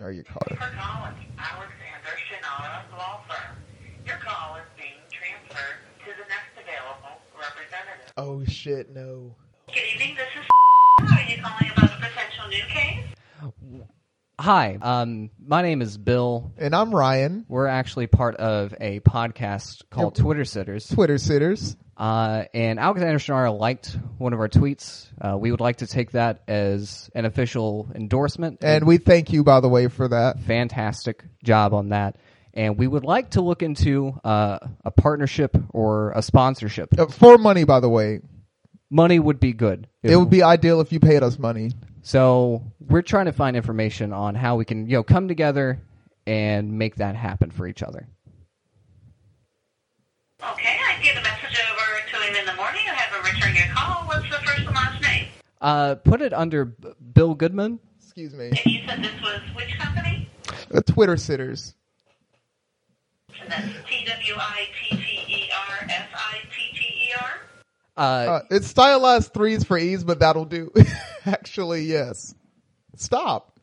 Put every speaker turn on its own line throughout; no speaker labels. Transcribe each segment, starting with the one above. Or your caller.
For calling Alexander Shinawa Law Firm. Your call is being transferred to the next available representative.
Oh shit, no.
Good evening, this is Are you calling about a potential new case?
Hi, um, my name is Bill.
And I'm Ryan.
We're actually part of a podcast called Twitter Sitters.
Twitter sitters.
Uh, and Alexander Shannara liked one of our tweets. Uh, we would like to take that as an official endorsement.
And we thank you, by the way, for that.
fantastic job on that. And we would like to look into uh, a partnership or a sponsorship.
Uh, For money, by the way.
Money would be good.
It would be ideal if you paid us money.
So we're trying to find information on how we can, you know, come together and make that happen for each other.
Okay, I can get a message over to him in the morning and have him return your call. What's the first and last name?
Uh, put it under B- Bill Goodman.
Excuse me.
And you said this was which company?
Uh, Twitter sitters.
And that's T W I T T E R S I T T E R.
Uh,
Uh, it's stylized threes for ease, but that'll do. Actually, yes. Stop.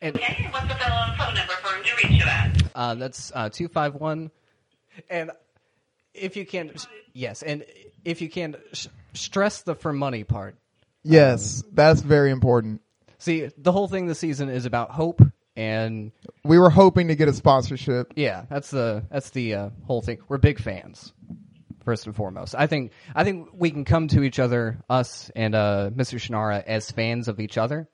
and
Okay, and what's the phone phone number for him to reach you at?
uh, that's uh, two five one. And if you can, yes, and if you can, sh- stress the for money part.
Yes, that's very important.
See, the whole thing this season is about hope, and
We were hoping to get a sponsorship.
yeah, that's the that's the uh, whole thing. We're big fans, first and foremost. I think I think we can come to each other, us and uh, Mr. Shannara, as fans of each other,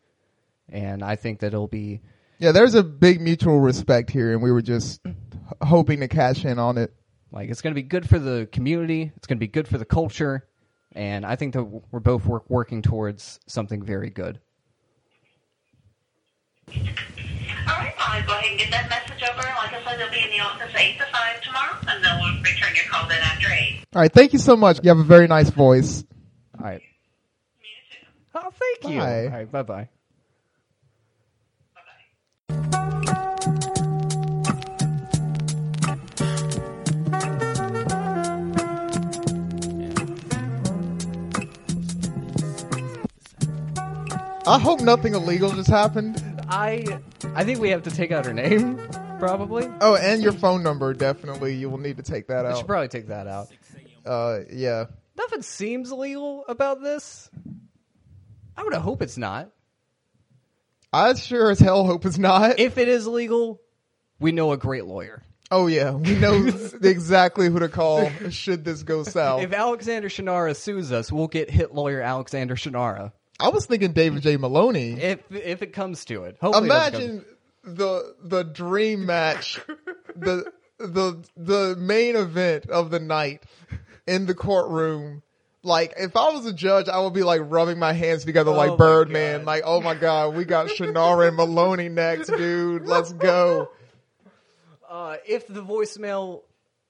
and I think that it'll be
Yeah, there's a big mutual respect here, and we were just h- hoping to cash in on it.
Like it's going to be good for the community. It's going to be good for the culture, and I think that we're both work, working towards something very good.
All right, well, I'll go ahead and get that message over. Like I said, they'll be in the office 8 to 5 tomorrow, and then we'll return your call then after 8.
All right, thank you so much. You have a very nice voice.
All right.
You too.
Oh, thank you.
Bye.
All right. Bye bye.
Bye-bye.
I hope nothing illegal just happened.
I I think we have to take out her name, probably.
Oh, and your phone number, definitely. You will need to take that
I should
out.
probably take that out.
Uh, yeah.
Nothing seems illegal about this. I would hope it's not.
I sure as hell hope it's not.
If it is legal, we know a great lawyer.
oh, yeah. We know exactly who to call should this go south.
If Alexander Shannara sues us, we'll get hit lawyer Alexander Shannara.
I was thinking David J. Maloney.
If if it comes to it, hopefully it doesn't come-
Imagine the the dream match, the the the main event of the night in the courtroom. Like if I was a judge, I would be like rubbing my hands together
Oh my
like Birdman.
God.
Like, oh my god, we got Shannara and Maloney next, dude. Let's go.
Uh, if the voicemail,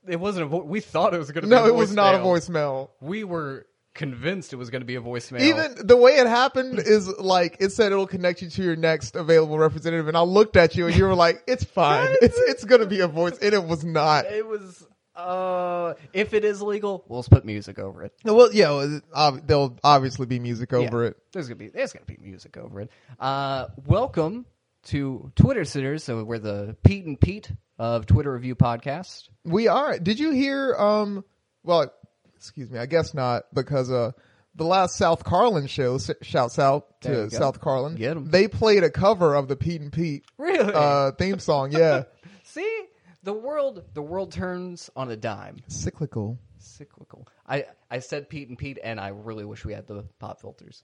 it wasn't a vo- we thought it was going to
No,
be a
it was not a
voicemail.
voicemail.
We were convinced it was going to be a voicemail.
Even the way it happened is like it said it'll connect you to your next available representative, and I looked at you and you were like, "It's fine. It's it's gonna be a voice," and it was not.
it was. Uh, if it is legal, we'll just put music over it.
Well, yeah, well, ob- there'll obviously be music over
Yeah.
it.
There's gonna be there's gonna be music over it. Uh, welcome to Twitter sitters. So we're the Pete and Pete of Twitter Review Podcast.
We are. Did you hear? Um, well, excuse me. I guess not because uh, the last South Carlin show. s- Shouts out
There
to
you go.
South Carlin.
Get 'em.
They played a cover of the Pete and Pete
Really?
uh, theme song. Yeah,
See, the world the world turns on a dime.
cyclical.
Cyclical. I I said Pete and Pete, and I really wish we had the pop filters.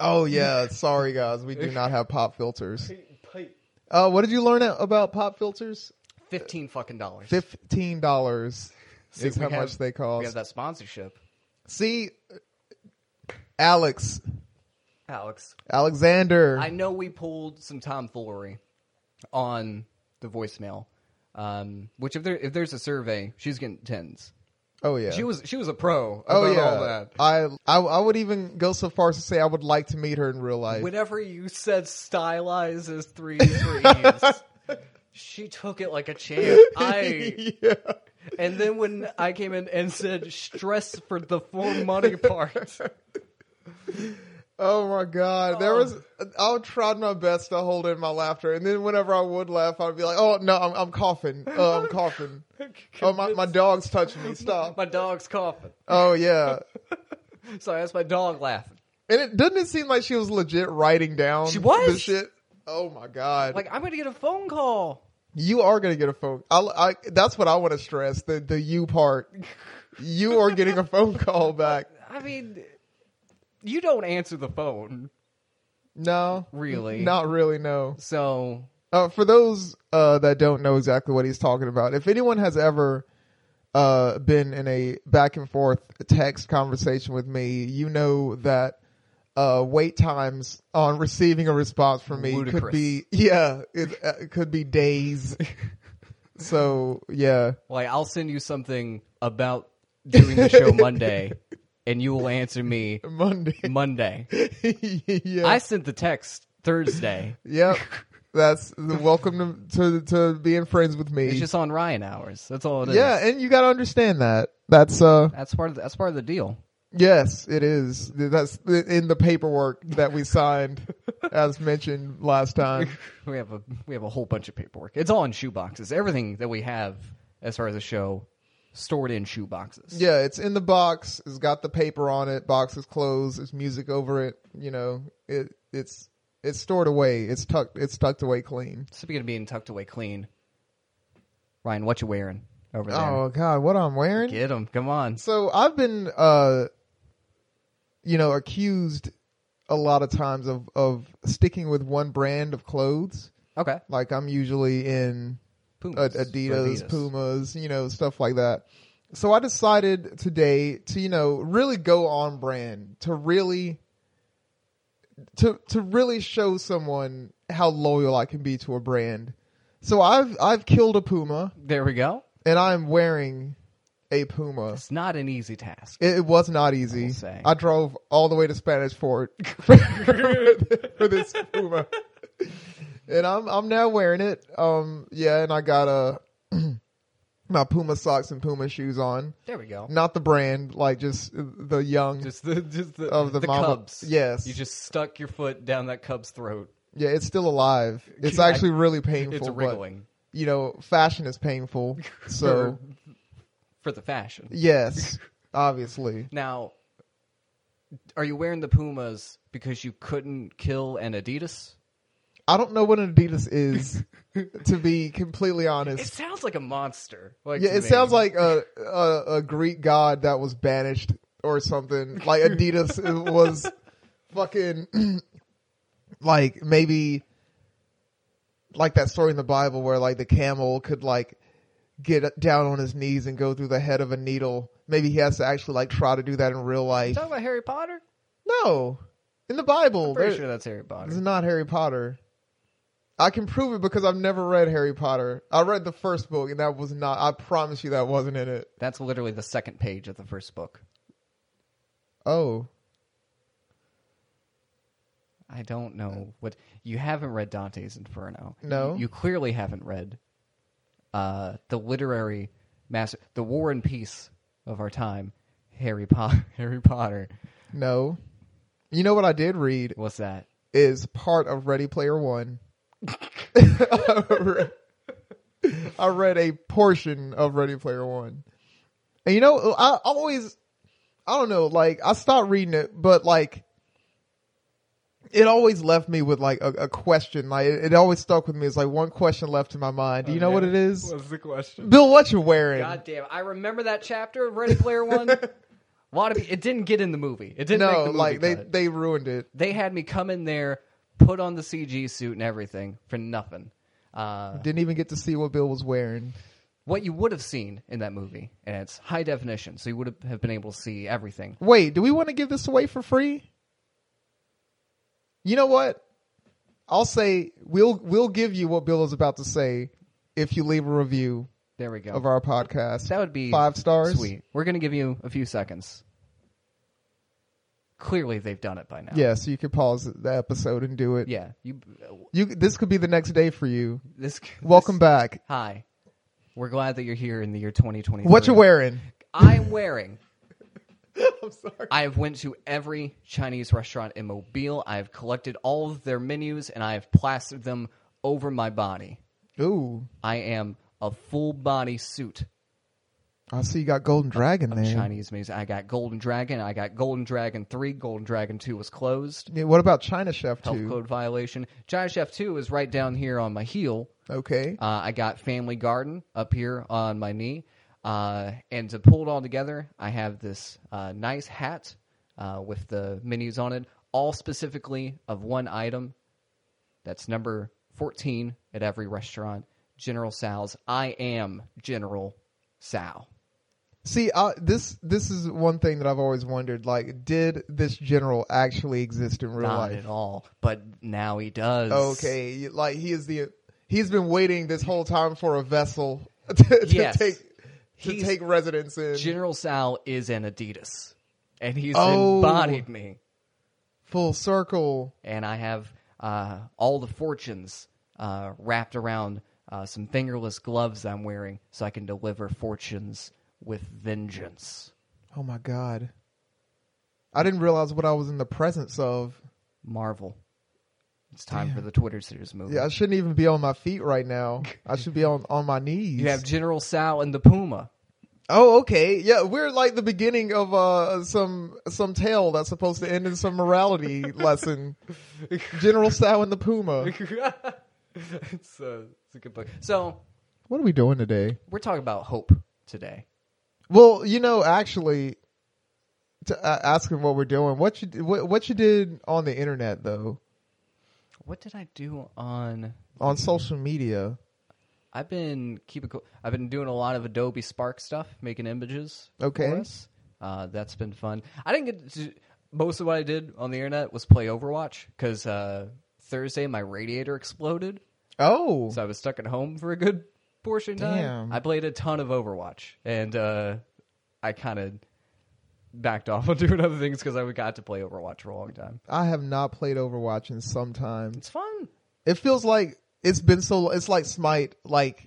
Oh yeah. Sorry guys, we do not have pop filters. Uh, what did you learn a- about pop filters?
Fifteen fucking dollars.
Fifteen dollars
See,
is how
we have-
much they
We
cost.
have that sponsorship.
See, Alex,
Alex,
Alexander.
I know we pulled some tomfoolery on the voicemail. Um, which if there if there's a survey, she's getting tens.
oh yeah.
She was she was a pro about
Oh yeah,
all that.
I, I I would even go so far as to say I would like to meet her in real life.
Whenever you said stylized as three threes, she took it like a champ. I
yeah.
and then when I came in and said stress for the for money part,
Oh my god, there was. I tried my best to hold in my laughter, and then whenever I would laugh, I'd be like, "Oh no, I'm, I'm coughing. Uh, I'm coughing. Oh my, my dog's touching me. Stop.
My dog's coughing.
Oh yeah."
Sorry, that's my dog laughing.
And it doesn't it seem like she was legit writing down
She was?
the shit. Oh my god!
Like I'm gonna get a phone call.
you are gonna get a phone. I, I that's what I want to stress the the you part. You are getting a phone call back.
I mean, you don't answer the phone,
No,
Really?
not really. No.
so
Uh, for those uh, that don't know exactly what he's talking about, if anyone has ever uh, been in a back and forth text conversation with me, you know that uh, wait times on receiving a response from me could
Ludicrous.
be yeah, it, uh, it could be days. so yeah,
like I'll send you something about doing the show Monday, and you will answer me
Monday.
Monday.
yeah,
I sent the text Thursday.
yep. That's welcome to, to to being friends with me.
It's just on Ryan hours. That's all it is.
yeah, and you got to understand that. That's uh
that's part of the, that's part of the deal.
Yes, it is. That's in the paperwork that we signed, as mentioned last time.
We have a we have a whole bunch of paperwork. It's all in shoeboxes. Everything that we have as far as the show stored in shoeboxes.
Yeah, it's in the box. It's got the paper on it. Box is closed. It's music over it. You know, it it's it's stored away. It's tucked. It's tucked away clean.
Speaking of being tucked away clean, Ryan, what you wearing over there?
Oh God, what I'm wearing?
Get him! Come on.
So I've been, uh, you know, accused a lot of times of of sticking with one brand of clothes.
Okay.
Like I'm usually in
Pumas.
Adidas, Adidas,
Adidas.
Pumas, you know, stuff like that. So I decided today to, you know, really go on brand, to really to to really show someone how loyal I can be to a brand. So I've I've killed a puma
There we go.
and I'm wearing a puma.
It's not an easy task.
It, it was not
will
easy.
say.
I drove all the way to Spanish Fort for, for this Puma, and I'm I'm now wearing it. Um, yeah, and I got uh, my Puma socks and Puma shoes on.
There we go.
Not the brand, like just the young.
Just the just the
Of the mama-
Cubs.
yes.
You just stuck your foot down that Cub's throat.
yeah, it's still alive. It's
I-
actually really painful.
It's
but,
wriggling
you know, fashion is painful. So
for the fashion.
yes, obviously.
Now, are you wearing the Pumas because you couldn't kill an Adidas?
I don't know what an Adidas is. to be completely honest,
It sounds like a monster. Like
Yeah,
to
it
me.
sounds like a, a a Greek god that was banished or something. Like Adidas was fucking like maybe like that story in the Bible where like the camel could like get down on his knees and go through the head of a needle. Maybe he has to actually like try to do that in real life.
talking about Harry Potter.
No, in the Bible,
I'm pretty
there-
sure that's Harry
this is
Potter.
not Harry Potter. I can prove it because I've never read Harry Potter. I read the first book and that was not. I promise you that wasn't in it.
That's literally the second page of the first book.
Oh,
I don't know what you haven't read Dante's Inferno.
No.
you, you clearly haven't read uh, the literary master, the War and Peace of our time, Harry Potter. Harry Potter.
no. You know what I did read
What's that?
is part of Ready Player One. I read a portion of Ready Player One. And you know, I I always, I don't know, like, I stopped reading it, but like, it always left me with like a, a question. Like, it, it always stuck with me. It's like one question left in my mind. Do you know what it is?
What's the question?
Bill, what you wearing?
God damn! I remember that chapter of Ready Player One. A lot of pe- it didn't get in the movie. It didn't. make
no,
the movie
like, they,
cut.
they ruined it.
they had me come in there, put on the CG suit and everything for nothing. Uh,
Didn't even get to see what Bill was wearing.
what you would have seen in that movie, and it's high definition, so you would have- have been able to see everything.
Wait, do we want to give this away for free? You know what? I'll say we'll we'll give you what Bill is about to say if you leave a review
There we go.
of our podcast.
that would be
five stars.
Sweet. We're gonna give you a few seconds. Clearly, they've done it by now.
Yeah, so you could pause the episode and do it.
Yeah. You.
You this could be the next day for you.
This.
Welcome
this-
back.
Hi. We're glad that you're here in the year 2020.
What you wearing?
I'm wearing
I'm sorry.
I have went to every Chinese restaurant in Mobile. I have collected all of their menus and I have plastered them over my body.
Ooh,
I am a full body suit
I see you got Golden Dragon there.
Chinese music. I got Golden Dragon. I got Golden Dragon 3. Golden Dragon 2 was closed.
Yeah, what about China Chef
Health
too?
code violation. Giant Chef 2 is right down here on my heel.
Okay.
Uh, I got Family Garden up here on my knee. Uh, and to pull it all together, I have this uh, nice hat uh, with the menus on it, all specifically of one item. That's number 14 at every restaurant General Sal's. I am General Sal.
See, uh, this this is one thing that I've always wondered. Like, did this general actually exist in real
Not
life?
at all. But now he does.
Okay, you- like he is the he's been waiting this whole time for a vessel to, to
Yes.
take to
He's-
take residence in.
General Sal is an Adidas, and he's
Oh.
embodied me.
Full circle.
And I have uh, all the fortunes uh, wrapped around uh, some fingerless gloves I'm wearing, so I can deliver fortunes with vengeance.
Oh my god. I didn't realize what I was in the presence of.
Marvel. It's time for the Twitter series movie.
Yeah, I shouldn't even be on my feet right now. I should be on on my knees.
you have General Sal and the Puma.
Oh, okay. Yeah, we're like the beginning of uh some some tale that's supposed to end in some morality lesson. General Sow and the Puma.
it's, uh, it's a good book. So
What are we doing today?
we're talking about hope today.
Well, you know, actually, to uh, ask him what we're doing. What you what, what you did on the internet though,
What did I do on
on social media?
I've been keeping. co- I've been doing a lot of Adobe Spark stuff, making images.
Okay.
for us. Uh, that's been fun. I didn't get to, most of what I did on the internet was play Overwatch because uh, Thursday my radiator exploded,
Oh,
so I was stuck at home for a good portion of time.
Damn.
I played a ton of Overwatch, and uh, I kind of backed off on doing other things because I got to play Overwatch for a long time.
I have not played Overwatch in some time.
It's fun.
It feels like it's been so. lo- It's like Smite. Like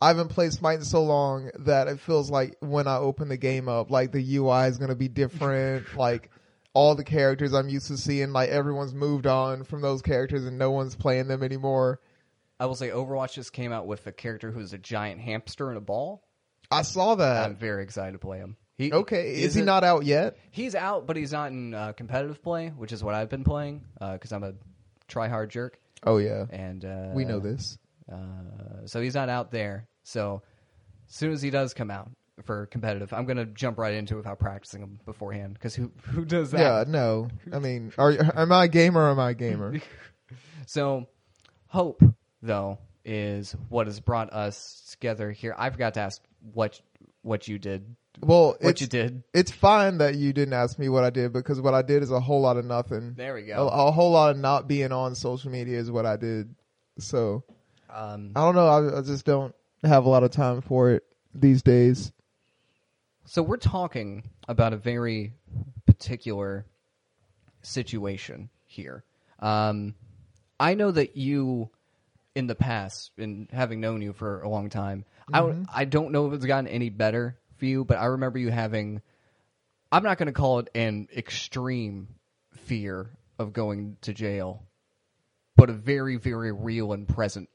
I haven't played Smite in so long that it feels like when I open the game up, like the UI is going to be different. like all the characters I'm used to seeing, like everyone's moved on from those characters and no one's playing them anymore.
I will say Overwatch just came out with a character who's a giant hamster in a ball.
I saw that.
I'm very excited to play him. He,
okay, is, he
isn't-
not out yet?
He's out, but he's not in uh, competitive play, which is what I've been playing because I'm a try-hard jerk,
Oh yeah,
and uh,
we know this.
Uh, so he's not out there. So as soon as he does come out for competitive, I'm gonna jump right into it without practicing him beforehand because who who does that?
Yeah, no. I mean, are am I a gamer? or Am I a gamer?
So, hope though is what has brought us together here. I forgot to ask what what you did.
Well,
What
it's,
you did.
It's fine that you didn't ask me what I did because what I did is a whole lot of nothing.
There we
a,
go.
a whole lot of not being on social media is what I did. So
Um,
I don't know. I, I just don't have a lot of time for it these days.
So we're talking about a very particular situation here. Um, I know that you, in the past, and having known you for a long time, I
Mm-hmm.
don't- I don't know if it's gotten any better for you, but I remember you having. I'm not going to call it an extreme fear of going to jail, but a very, very real and present,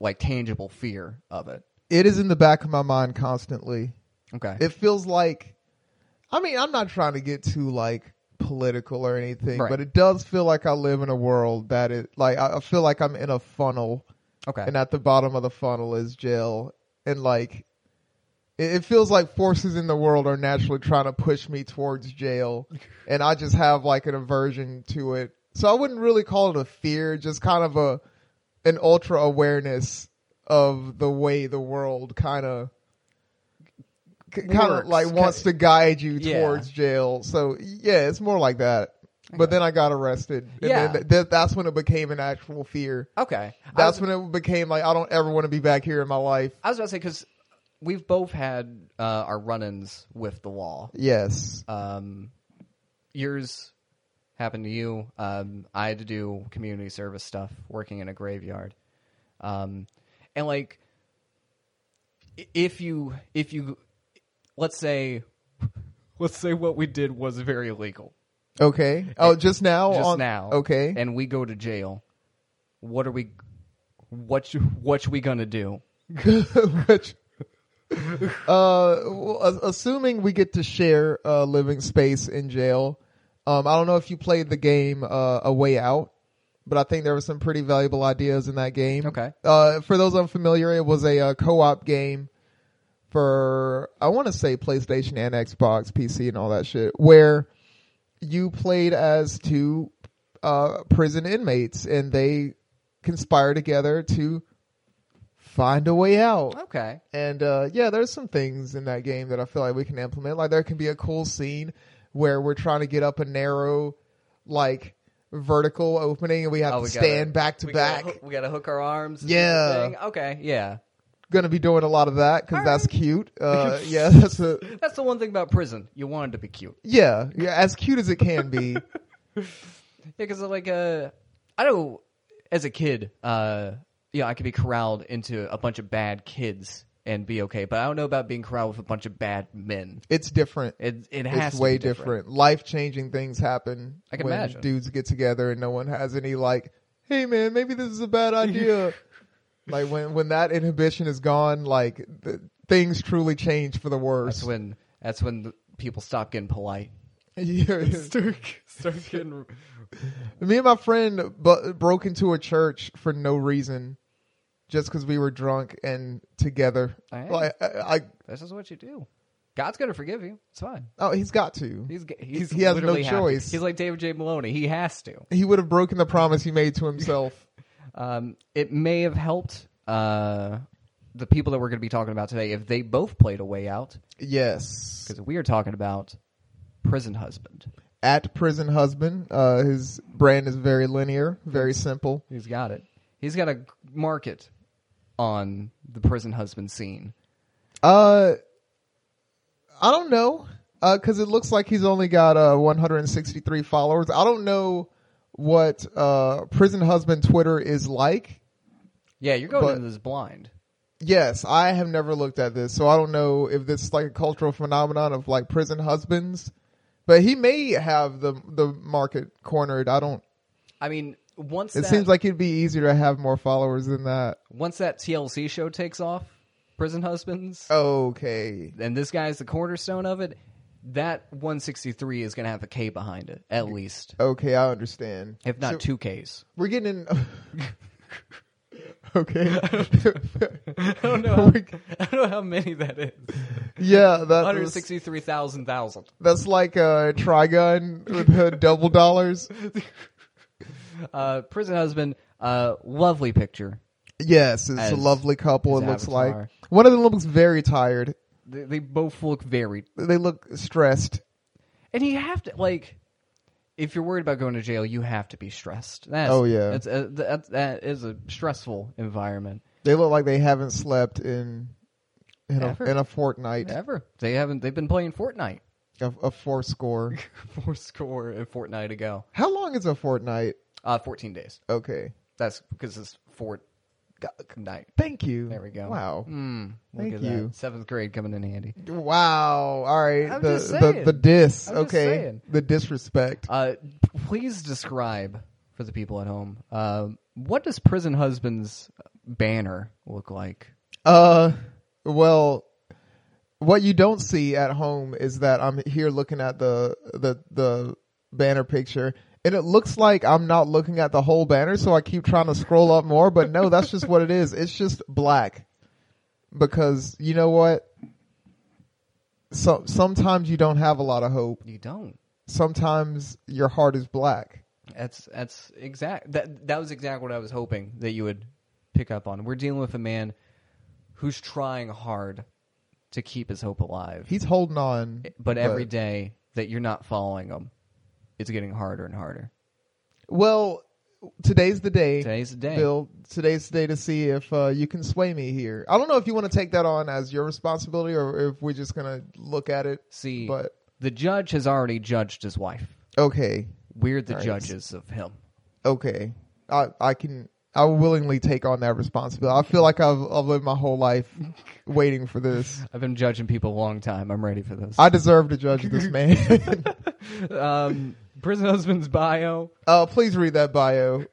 like tangible fear of it.
It is in the back of my mind constantly.
Okay.
It feels like, I mean, I'm not trying to get too like political or anything,
Right.
but it does feel like I live in a world that it like I I feel like I'm in a funnel.
okay.
and at the bottom of the funnel is jail and like it, it feels like forces in the world are naturally trying to push me towards jail and i just have like an aversion to it so i wouldn't really call it a fear just kind of a an ultra awareness of the way the world kind of kind of
Works.
like wants to guide you
Yeah.
towards jail so yeah it's more like that but then i got arrested and
Yeah.
then th- th- that's when it became an actual fear
Okay. I was-
that's when it became like I don't ever want to be back here in my life.
I was about to say because we've both had uh, our run-ins with the law.
Yes.
Um, yours happened to you. Um, I had to do community service stuff, working in a graveyard, um, and like i- if you if you let's say let's say what we did was very illegal
Okay. Oh, just now.
Uh, just
on-
now.
Okay.
and we go to jail. What are we? What you- what we gonna do?
Which, uh, well, a- assuming we get to share a living space in jail, um, I don't know if you played the game uh, A Way Out, but I think there were some pretty valuable ideas in that game.
Okay.
Uh, for those unfamiliar, it was a uh, co-op game for I want to say PlayStation and Xbox, PC, and all that shit, where you played as two uh, prison inmates and they conspire together to find a way out.
Okay,
And uh, yeah, there's some things in that game that I feel like we can implement. Like there can be a cool scene where we're trying to get up a narrow, like vertical opening, and we have
Oh,
to
we gotta-
stand back to
we gotta
back.
hook- we gotta hook our arms. and
Yeah.
do the thing. Okay. Yeah.
Gonna be doing a lot of that because
All
that's
right.
cute. Uh, yeah, that's a
That's the one thing about prison. You want it to be cute.
yeah, yeah, as cute as it can be.
Yeah, because like uh, I know as a kid, uh, yeah, I could be corralled into a bunch of bad kids and be okay, but I don't know about being corralled with a bunch of bad men.
It's different.
It it has
It's
to
way
be different.
different. Life changing things happen
I can
when
imagine.
dudes get together and no one has any like, hey man, maybe this is a bad idea. like when when that inhibition is gone, like th- things truly change for the worse.
That's when that's when the people stop getting polite.
Yeah, yeah.
Start, start getting
Me and my friend bu- broke into a church for no reason, just because we were drunk and together.
Hey.
Like I, I,
This is what you do. God's gonna forgive you. It's fine.
oh, he's got to.
He's g- he's
He has no
literally have to.
choice.
He's like David J. Maloney. He has to.
He would have broken the promise he made to himself.
Um, it may have helped uh, the people that we're going to be talking about today if they both played a way out
yes.
because we are talking about prison husband.
at prison husband. Uh, his brand is very linear, very simple.
He's got it. He's got a g- market on the prison husband scene.
Uh, I don't know, because it looks like he's only got uh 163 followers. I don't know what uh prison husband Twitter is like.
Yeah, you're going
But-
into this blind.
Yes, I have never looked at this, so I don't know if this is like a cultural phenomenon of like prison husbands. But he may have the the market cornered. I don't.
I mean, once
It
that,
seems like it'd be easier to have more followers than that.
once that TLC show takes off, prison husbands.
Oh. Okay.
and this guy's the cornerstone of it, that 163 is going to have a K behind it, at least,
Okay, I understand.
if
Oh. So
not two Ks.
we're getting in. okay.
I don't know.
how-
I don't know how many that is.
yeah, that was,
163,000,000.
that's like a trigun with the double dollars.
Uh, prison husband, uh, lovely picture.
Yes, it's a
As-
lovely couple.
as
It looks
avatar.
like one of them looks very tired.
They, they both look very.
They look stressed.
And you have to like, if you're worried about going to jail, you have to be stressed. That's,
Oh, yeah.
that's, uh, that, that is a stressful environment.
They look like they haven't slept in in a,
Ever.
in a fortnight,
Ever they haven't they've been playing Fortnite
a, a four score.
four score and Fortnite ago.
How long is a fortnight?
Uh, 14 days.
Okay,
That's because it's Fort Night.
thank you.
There we go.
Wow.
Mm, look
Thank
at
you.
That. Seventh grade coming in handy.
Wow. All right.
I'm
the,
just
the
saying.
the diss.
I'm just
okay.
saying.
The disrespect.
Uh, please describe for the people at home. Um, what does prison husband's banner look like?
Uh, well, what you don't see at home is that I'm here looking at the the the banner picture, and it looks like I'm not looking at the whole banner, so I keep trying to scroll up more. But no, that's just what it is. It's just black, because you know what. So sometimes you don't have a lot of hope.
You don't.
Sometimes your heart is black.
That's that's exact. That that was exactly what I was hoping that you would pick up on. We're dealing with a man who's trying hard to keep his hope alive,
He's holding on,
but every day that you're not following him, it's getting harder and harder.
Well, today's the day.
Today's the day.
Bill, today's the day to see if uh, you can sway me here. I don't know if you want to take that on as your responsibility or if we're just going to look at it.
See,
But,
the judge has already judged his wife.
okay.
We're the
All right.
judges of him.
Okay. I, I can I will willingly take on that responsibility. I feel like I've, I've lived my whole life waiting for this.
I've been judging people a long time. I'm ready for this.
I deserve to judge this man.
um, prison husband's bio.
uh, please read that bio.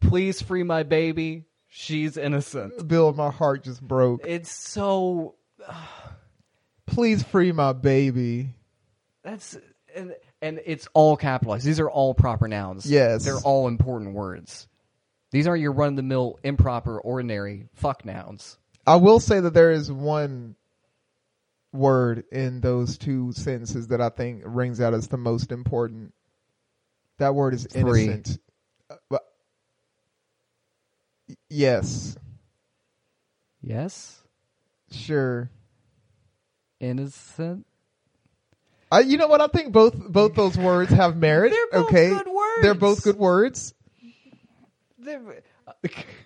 Please free my baby. She's innocent.
Bill, my heart just broke.
It's so
Please free my baby.
that's and and it's all capitalized. These are all proper nouns.
Yes.
they're all important words. These aren't your run of the mill improper ordinary fuck nouns.
I will say that there is one word in those two sentences that I think rings out as the most important. That word is
Three.
innocent. Uh, but- yes,
Yes,
sure.
innocent.
I, you know what? I think both both those words have merit.
They're both
okay,
good words.
They're both good words.
They're-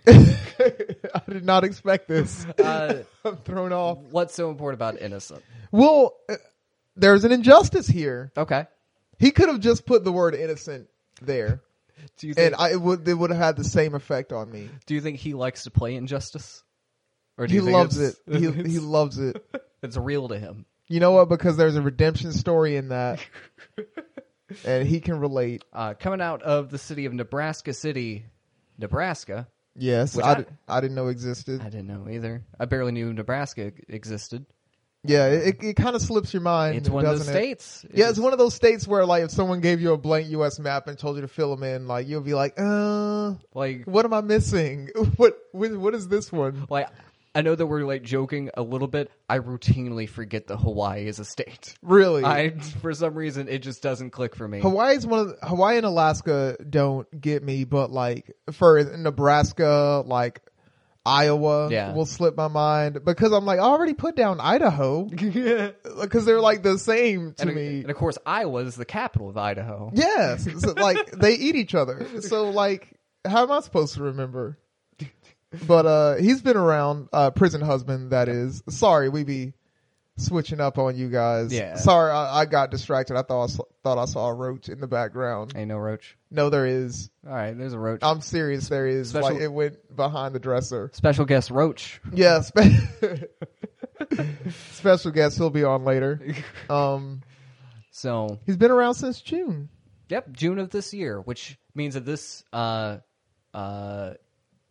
I did not expect this.
Uh,
I'm thrown off.
What's so important about innocent?
Well, uh, there's an injustice here.
Okay.
He could have just put the word innocent there.
Do you think
and I it would it would have had the same effect on me.
Do you think he likes to play injustice? Or
He
you think
loves it.
it's-
He
it's,
he loves it.
it's real to him.
You know what? Because there's a redemption story in that, and he can relate.
Uh, coming out of the city of Nebraska City, Nebraska.
Yes,
Which
I,
I-
di- I didn't know existed.
I didn't know either. I barely knew Nebraska e-, existed.
yeah, it it, it kind of slips your mind.
It's one of those
doesn't it?
states. It
Yeah, it's
is-
one of those states where like if someone gave you a blank U.S. map and told you to fill them in, like you'll be like, uh,
like
what am I missing? What what, what is this one?
like I know that we're like joking a little bit. I routinely forget that Hawaii is a state.
Really?
I for some reason it just doesn't click for me.
Hawaii's one of the, Hawaii and Alaska don't get me, but like for Nebraska, like Iowa
Yeah.
will slip my mind because I'm like I already put down Idaho because they're like the same to
and,
me.
and of course Iowa is the capital of Idaho.
yes, so, like they eat each other. So like how am I supposed to remember? But uh he's been around uh prison husband that is. Sorry, we be switching up on you guys.
Yeah.
Sorry, I, I got distracted. I thought I saw, thought I saw a roach in the background.
Ain't no roach.
No, there is.
All right, there's a roach.
I'm serious. There is
Special-
like it went behind the dresser.
Special guest roach.
Yeah. Spe- special guest. He'll be on later. Um,
So
he's been around since June.
Yep, June of this year, which means that this uh, uh,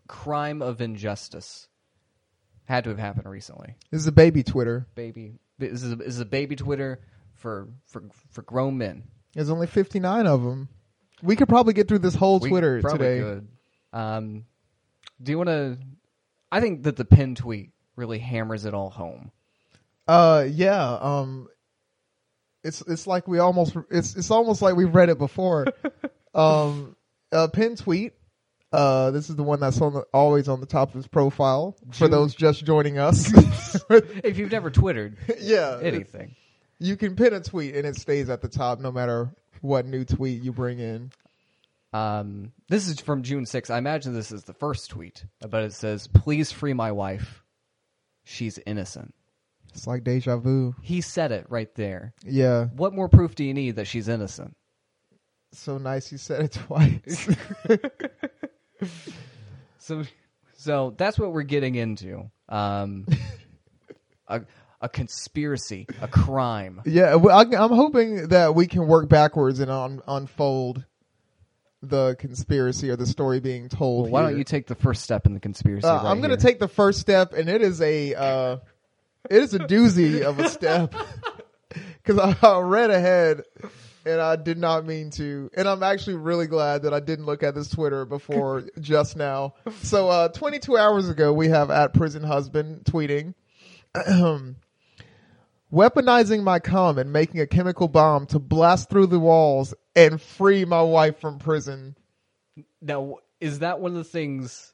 crime of injustice had to have happened recently.
This is a baby Twitter.
Baby, this is a, this is a baby Twitter for for for grown men.
There's only 59 of them. We could probably get through this whole
We
Twitter
probably
today.
could. Um, do you want to? I think that the pin tweet really hammers it all home.
Uh, yeah. Um, it's it's like we almost it's it's almost like we've read it before. um, a pin tweet. Uh, this is the one that's on the, always on the top of his profile for
June.
those just joining us.
If you've never Twittered
yeah,
anything,
you can pin a tweet and it stays at the top no matter what new tweet you bring in.
um, this is from June 6th. I imagine this is the first tweet, but it says, "Please free my wife. She's innocent."
It's like deja vu.
He said it right there.
Yeah,
What more proof do you need that she's innocent?
so nice you said it twice.
So, so that's what we're getting into. Um, a, a conspiracy, a crime.
yeah, well, I, I'm hoping that we can work backwards and un, unfold the conspiracy or the story being told.
Well, why don't
here.
you take the first step in the conspiracy?
Uh,
right
I'm going to
here?
take the first step, and it is a uh, it is a doozy of a step because I, I read ahead and I did not mean to, and I'm actually really glad that I didn't look at this Twitter before just now. So, uh, 22 hours ago, we have at prison husband tweeting. Weaponizing my cum and making a chemical bomb to blast through the walls and free my wife from prison.
Now, is that one of the things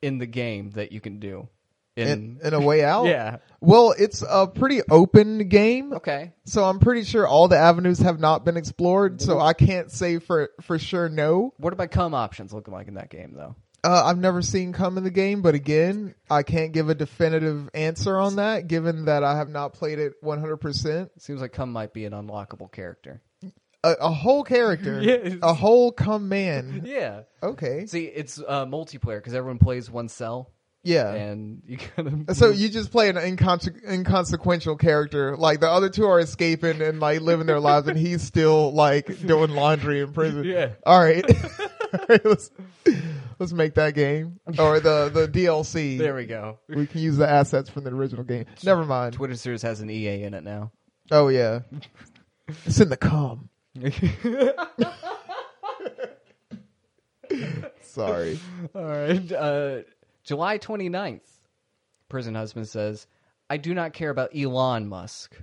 in the game that you can do?
In,
In,
in a way out?
yeah.
Well, it's a pretty open game.
Okay.
So I'm pretty sure all the avenues have not been explored. So I can't say for for sure no.
What do my cum options look like in that game, though?
Uh, I've never seen come in the game, but again, I can't give a definitive answer on that, given that I have not played it 100. percent
It seems like cum might be an unlockable character.
a, a whole character,
Yes.
a whole come man.
Yeah.
Okay,
See, it's uh, multiplayer because everyone plays one cell,
yeah.
and you kind of
so you just play an inconse- inconsequential character. Like the other two are escaping and like living their lives, and he's still like doing laundry in prison.
Yeah.
All right. All right, let's let's make that game or the the DLC.
there we go.
we can use the assets from the original game. Never mind.
Twitter series has an EA in it now.
Oh yeah, it's in the cum. Sorry.
All right. Uh, July 29th, prison husband says, I do not care about Elon Musk.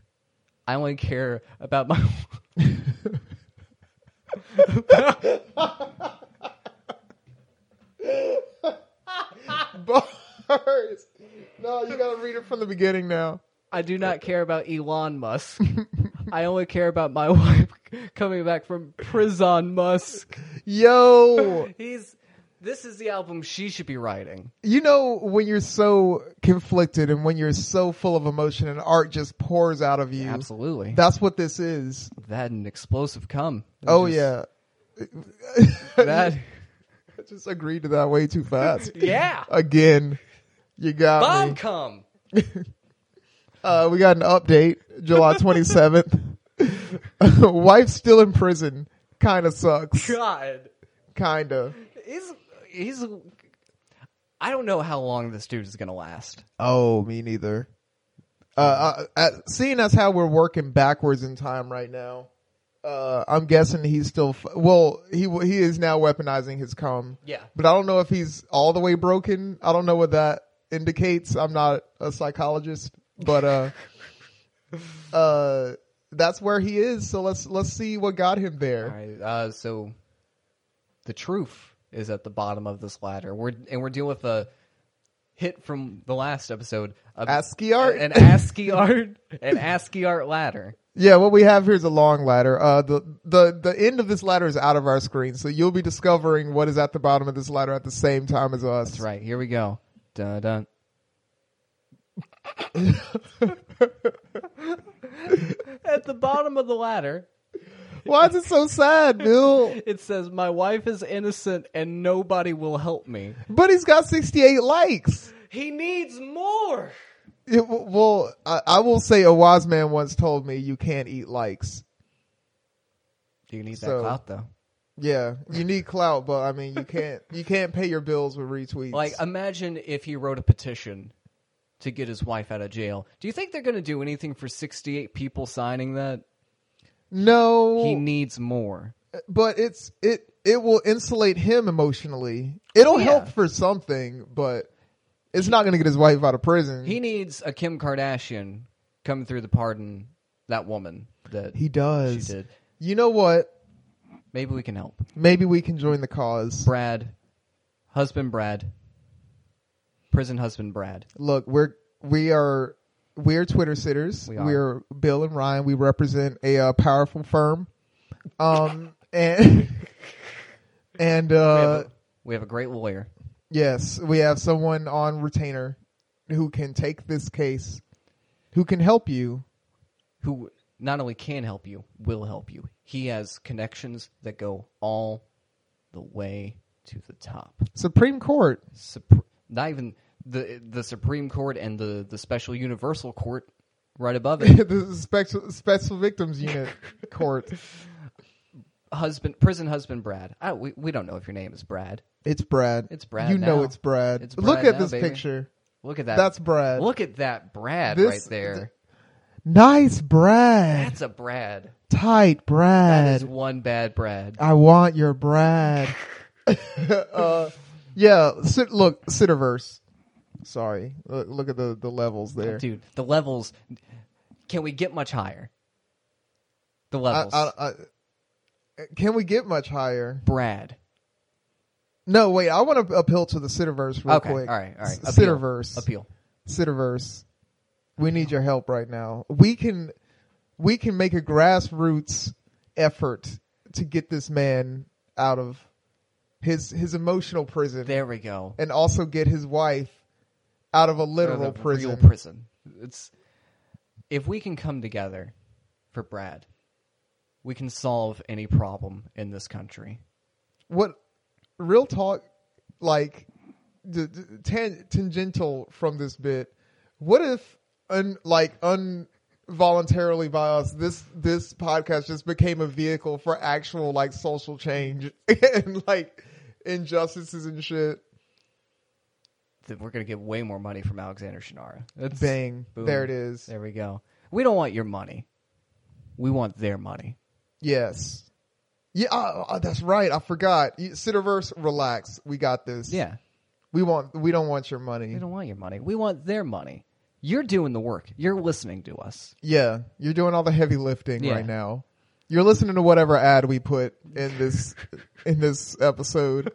I only care about my.
Bars. No, you gotta read it from the beginning now.
I do not care about Elon Musk. I only care about my wife coming back from prison Musk.
Yo,
He's. This is the album she should be writing.
you know when you're so conflicted and when you're so full of emotion and art just pours out of you.
Absolutely. That,
That's what this is.
and explosive cum.
oh
Just-
yeah.
That.
I just agreed to that way too fast.
Yeah.
Again, you got me.
Bomb cum.
Uh, we got an update, July 27th. Wife's still in prison. Kind of sucks.
God.
Kind of.
He's he's. I don't know how long this dude is gonna last.
Oh, me neither. Uh, uh, uh, seeing as how we're working backwards in time right now, uh, I'm guessing he's still. F- well, he w- he is now weaponizing his cum.
Yeah.
but I don't know if he's all the way broken. I don't know what that indicates. I'm not a psychologist, but uh, uh, that's where he is. So let's let's see what got him
All
there.
right. Uh, so, the truth is at the bottom of this ladder. We're and we're dealing with a hit from the last episode. Of,
ASCII art?
An ASCII art. An ASCII art ladder.
Yeah, what we have here is a long ladder. Uh, the the the end of this ladder is out of our screen, so you'll be discovering what is at the bottom of this ladder at the same time as us.
That's right. Here we go. Dun dun. At the bottom of the ladder,
Why is it so sad, Bill?
it says, "My wife is innocent, and nobody will help me."
but he's got sixty eight likes.
He needs more.
It w- well, I, I will say a wise man once told me you can't eat likes.
You need that
So-
clout though.
Yeah, you need clout, but I mean, you can't you can't pay your bills with retweets.
Like, um, imagine if he wrote a petition to get his wife out of jail. Do you think they're going to do anything for 68 people signing that?
no,
He needs more.
but it's it it will insulate him emotionally. It'll
Yeah.
help for something, but it's not going to get his wife out of prison.
He needs a Kim Kardashian coming through the pardon that woman that
He
she
does.
did.
You know what?
Maybe we can help.
Maybe we can join the cause.
Brad, husband Brad, prison husband Brad.
Look, we're we are we're Twitter sitters.
We are.
Bill and Ryan. We represent a uh, powerful firm. Um and and
We
uh
have a- we have a great lawyer.
yes, we have someone on retainer who can take this case, who can help you.
who not only can help you, will help you. He has connections that go all the way to the top.
Supreme Court.
Supr not even the the Supreme Court and the the Special Universal Court right above it.
this is special special victims unit court.
husband, prison husband Brad. I, we we don't know if your name is Brad.
It's Brad.
It's Brad
You know
now.
it's Brad.
It's
Look
Brad
at
now,
this
baby.
picture.
Look at that.
That's Brad.
Look at that Brad
This-
right there.
th- Nice Brad.
That's a Brad.
Tight
That is
Brad.
one bad Brad.
I want your Brad. uh, yeah, sit, look, Sitterverse. Sorry. Look, look at the, the levels there.
Dude, the levels. Can we get much higher? The
I,
levels.
I, I, can we get much higher?
Brad.
No, wait. I want to appeal to the Sitterverse real
okay.
quick.
All right. All right.
S-
Appeal.
Sitterverse.
Appeal.
Sitterverse, we need your help right now. We can, we can make a grassroots effort to get this man out of his his emotional prison,
There we go.
and also get his wife out of a
Or
literal
the
prison.
Real prison. It's if we can come together for Brad we can solve any problem in this country.
what real talk like the, the tan, tangential from this bit what if un, like involuntarily by us this this podcast just became a vehicle for actual like social change and like injustices and shit
That we're gonna get way more money from Alexander Shannara. That's,
bang
boom.
there it is
There we go. We don't want your money. We want their money.
yes yeah oh, oh, that's right i forgot You- Sitterverse, relax we got this
Yeah.
we want we don't want your money
We don't want your money. We want their money. You're doing the work. You're listening to us.
Yeah, you're doing all the heavy lifting
Yeah.
right now. You're listening to whatever ad we put in this in this episode.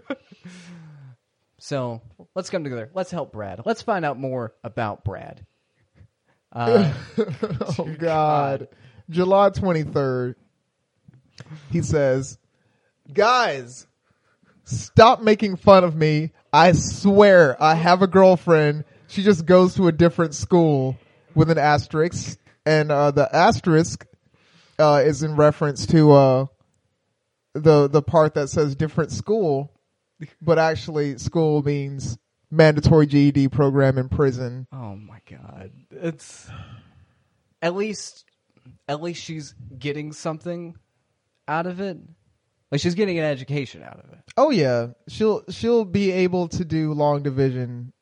So let's come together. Let's help Brad. Let's find out more about Brad. Uh,
oh God, July 23rd. He says, "Guys, stop making fun of me. I swear I have a girlfriend. She just goes to a different school with an asterisk, and uh, the asterisk uh, is in reference to uh, the the part that says different school, but actually school means mandatory GED program in prison.
oh my god, it's at least at least she's getting something out of it. Like she's getting an education out of it.
Oh yeah, she'll she'll be able to do long division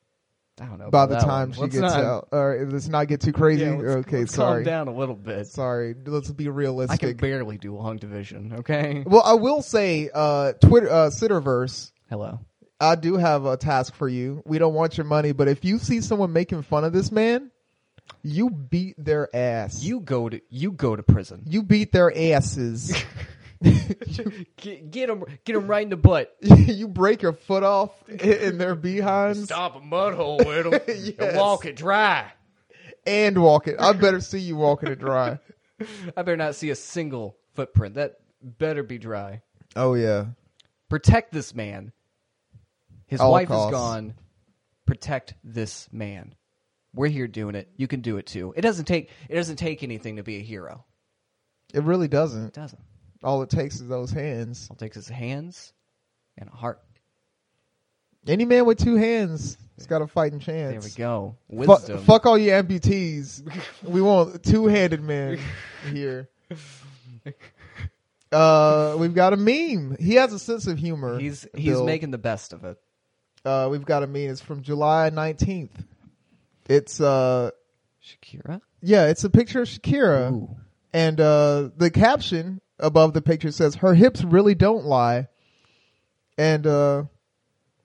I don't know.
by
about
the
that
time
one.
she
Let's
gets
not-
out. Or let's not get too crazy.
yeah, let's-
okay,
let's
sorry,
Calm down a little bit.
sorry. Let's be
I can
realistic.
barely do long division. Okay.
well, I will say, uh, Twitter, uh, Sitterverse.
Hello.
I do have a task for you. We don't want your money, but if you see someone making fun of this man, you beat their ass.
You go to you go to prison.
you beat their asses.
get, get him get him right in the butt.
you break your foot off in their behinds
Stop a mud hole with him
Yes.
and walk it dry.
and walk it. I better see you walking it dry.
I better not see a single footprint. That better be dry.
Oh yeah.
Protect this man. His
All
wife
costs.
is gone. Protect this man. We're here doing it. You can do it too. It doesn't take it doesn't take anything to be a hero.
It really doesn't.
It doesn't.
All it takes is those hands.
All it takes is hands and a heart.
Any man with two hands has got a fighting
There we
chance.
go.
Fu-
Wisdom.
fuck all you amputees. we want two handed men here. Uh, we've got a meme. He has a sense of humor.
He's he's
Bill.
making the best of it.
Uh, we've got a meme. It's from July nineteenth. It's uh,
Shakira?
yeah, it's a picture of Shakira,
Ooh.
and uh, the caption above the picture says, "Her hips really don't lie," and uh,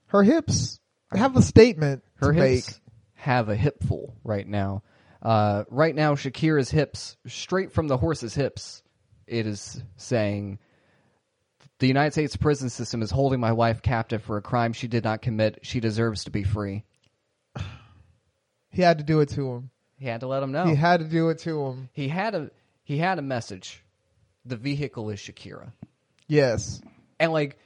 her hips have a statement
her
to
hips
make.
have a hipful right now. Uh, right now, Shakira's hips, straight from the horse's hips, it is saying, "The United States prison system is holding my wife captive for a crime she did not commit. She deserves to be free."
He had to do it to him.
He had to let him know
He had to do it to him.
he had a he had a message. The vehicle is Shakira,
Yes.
and like,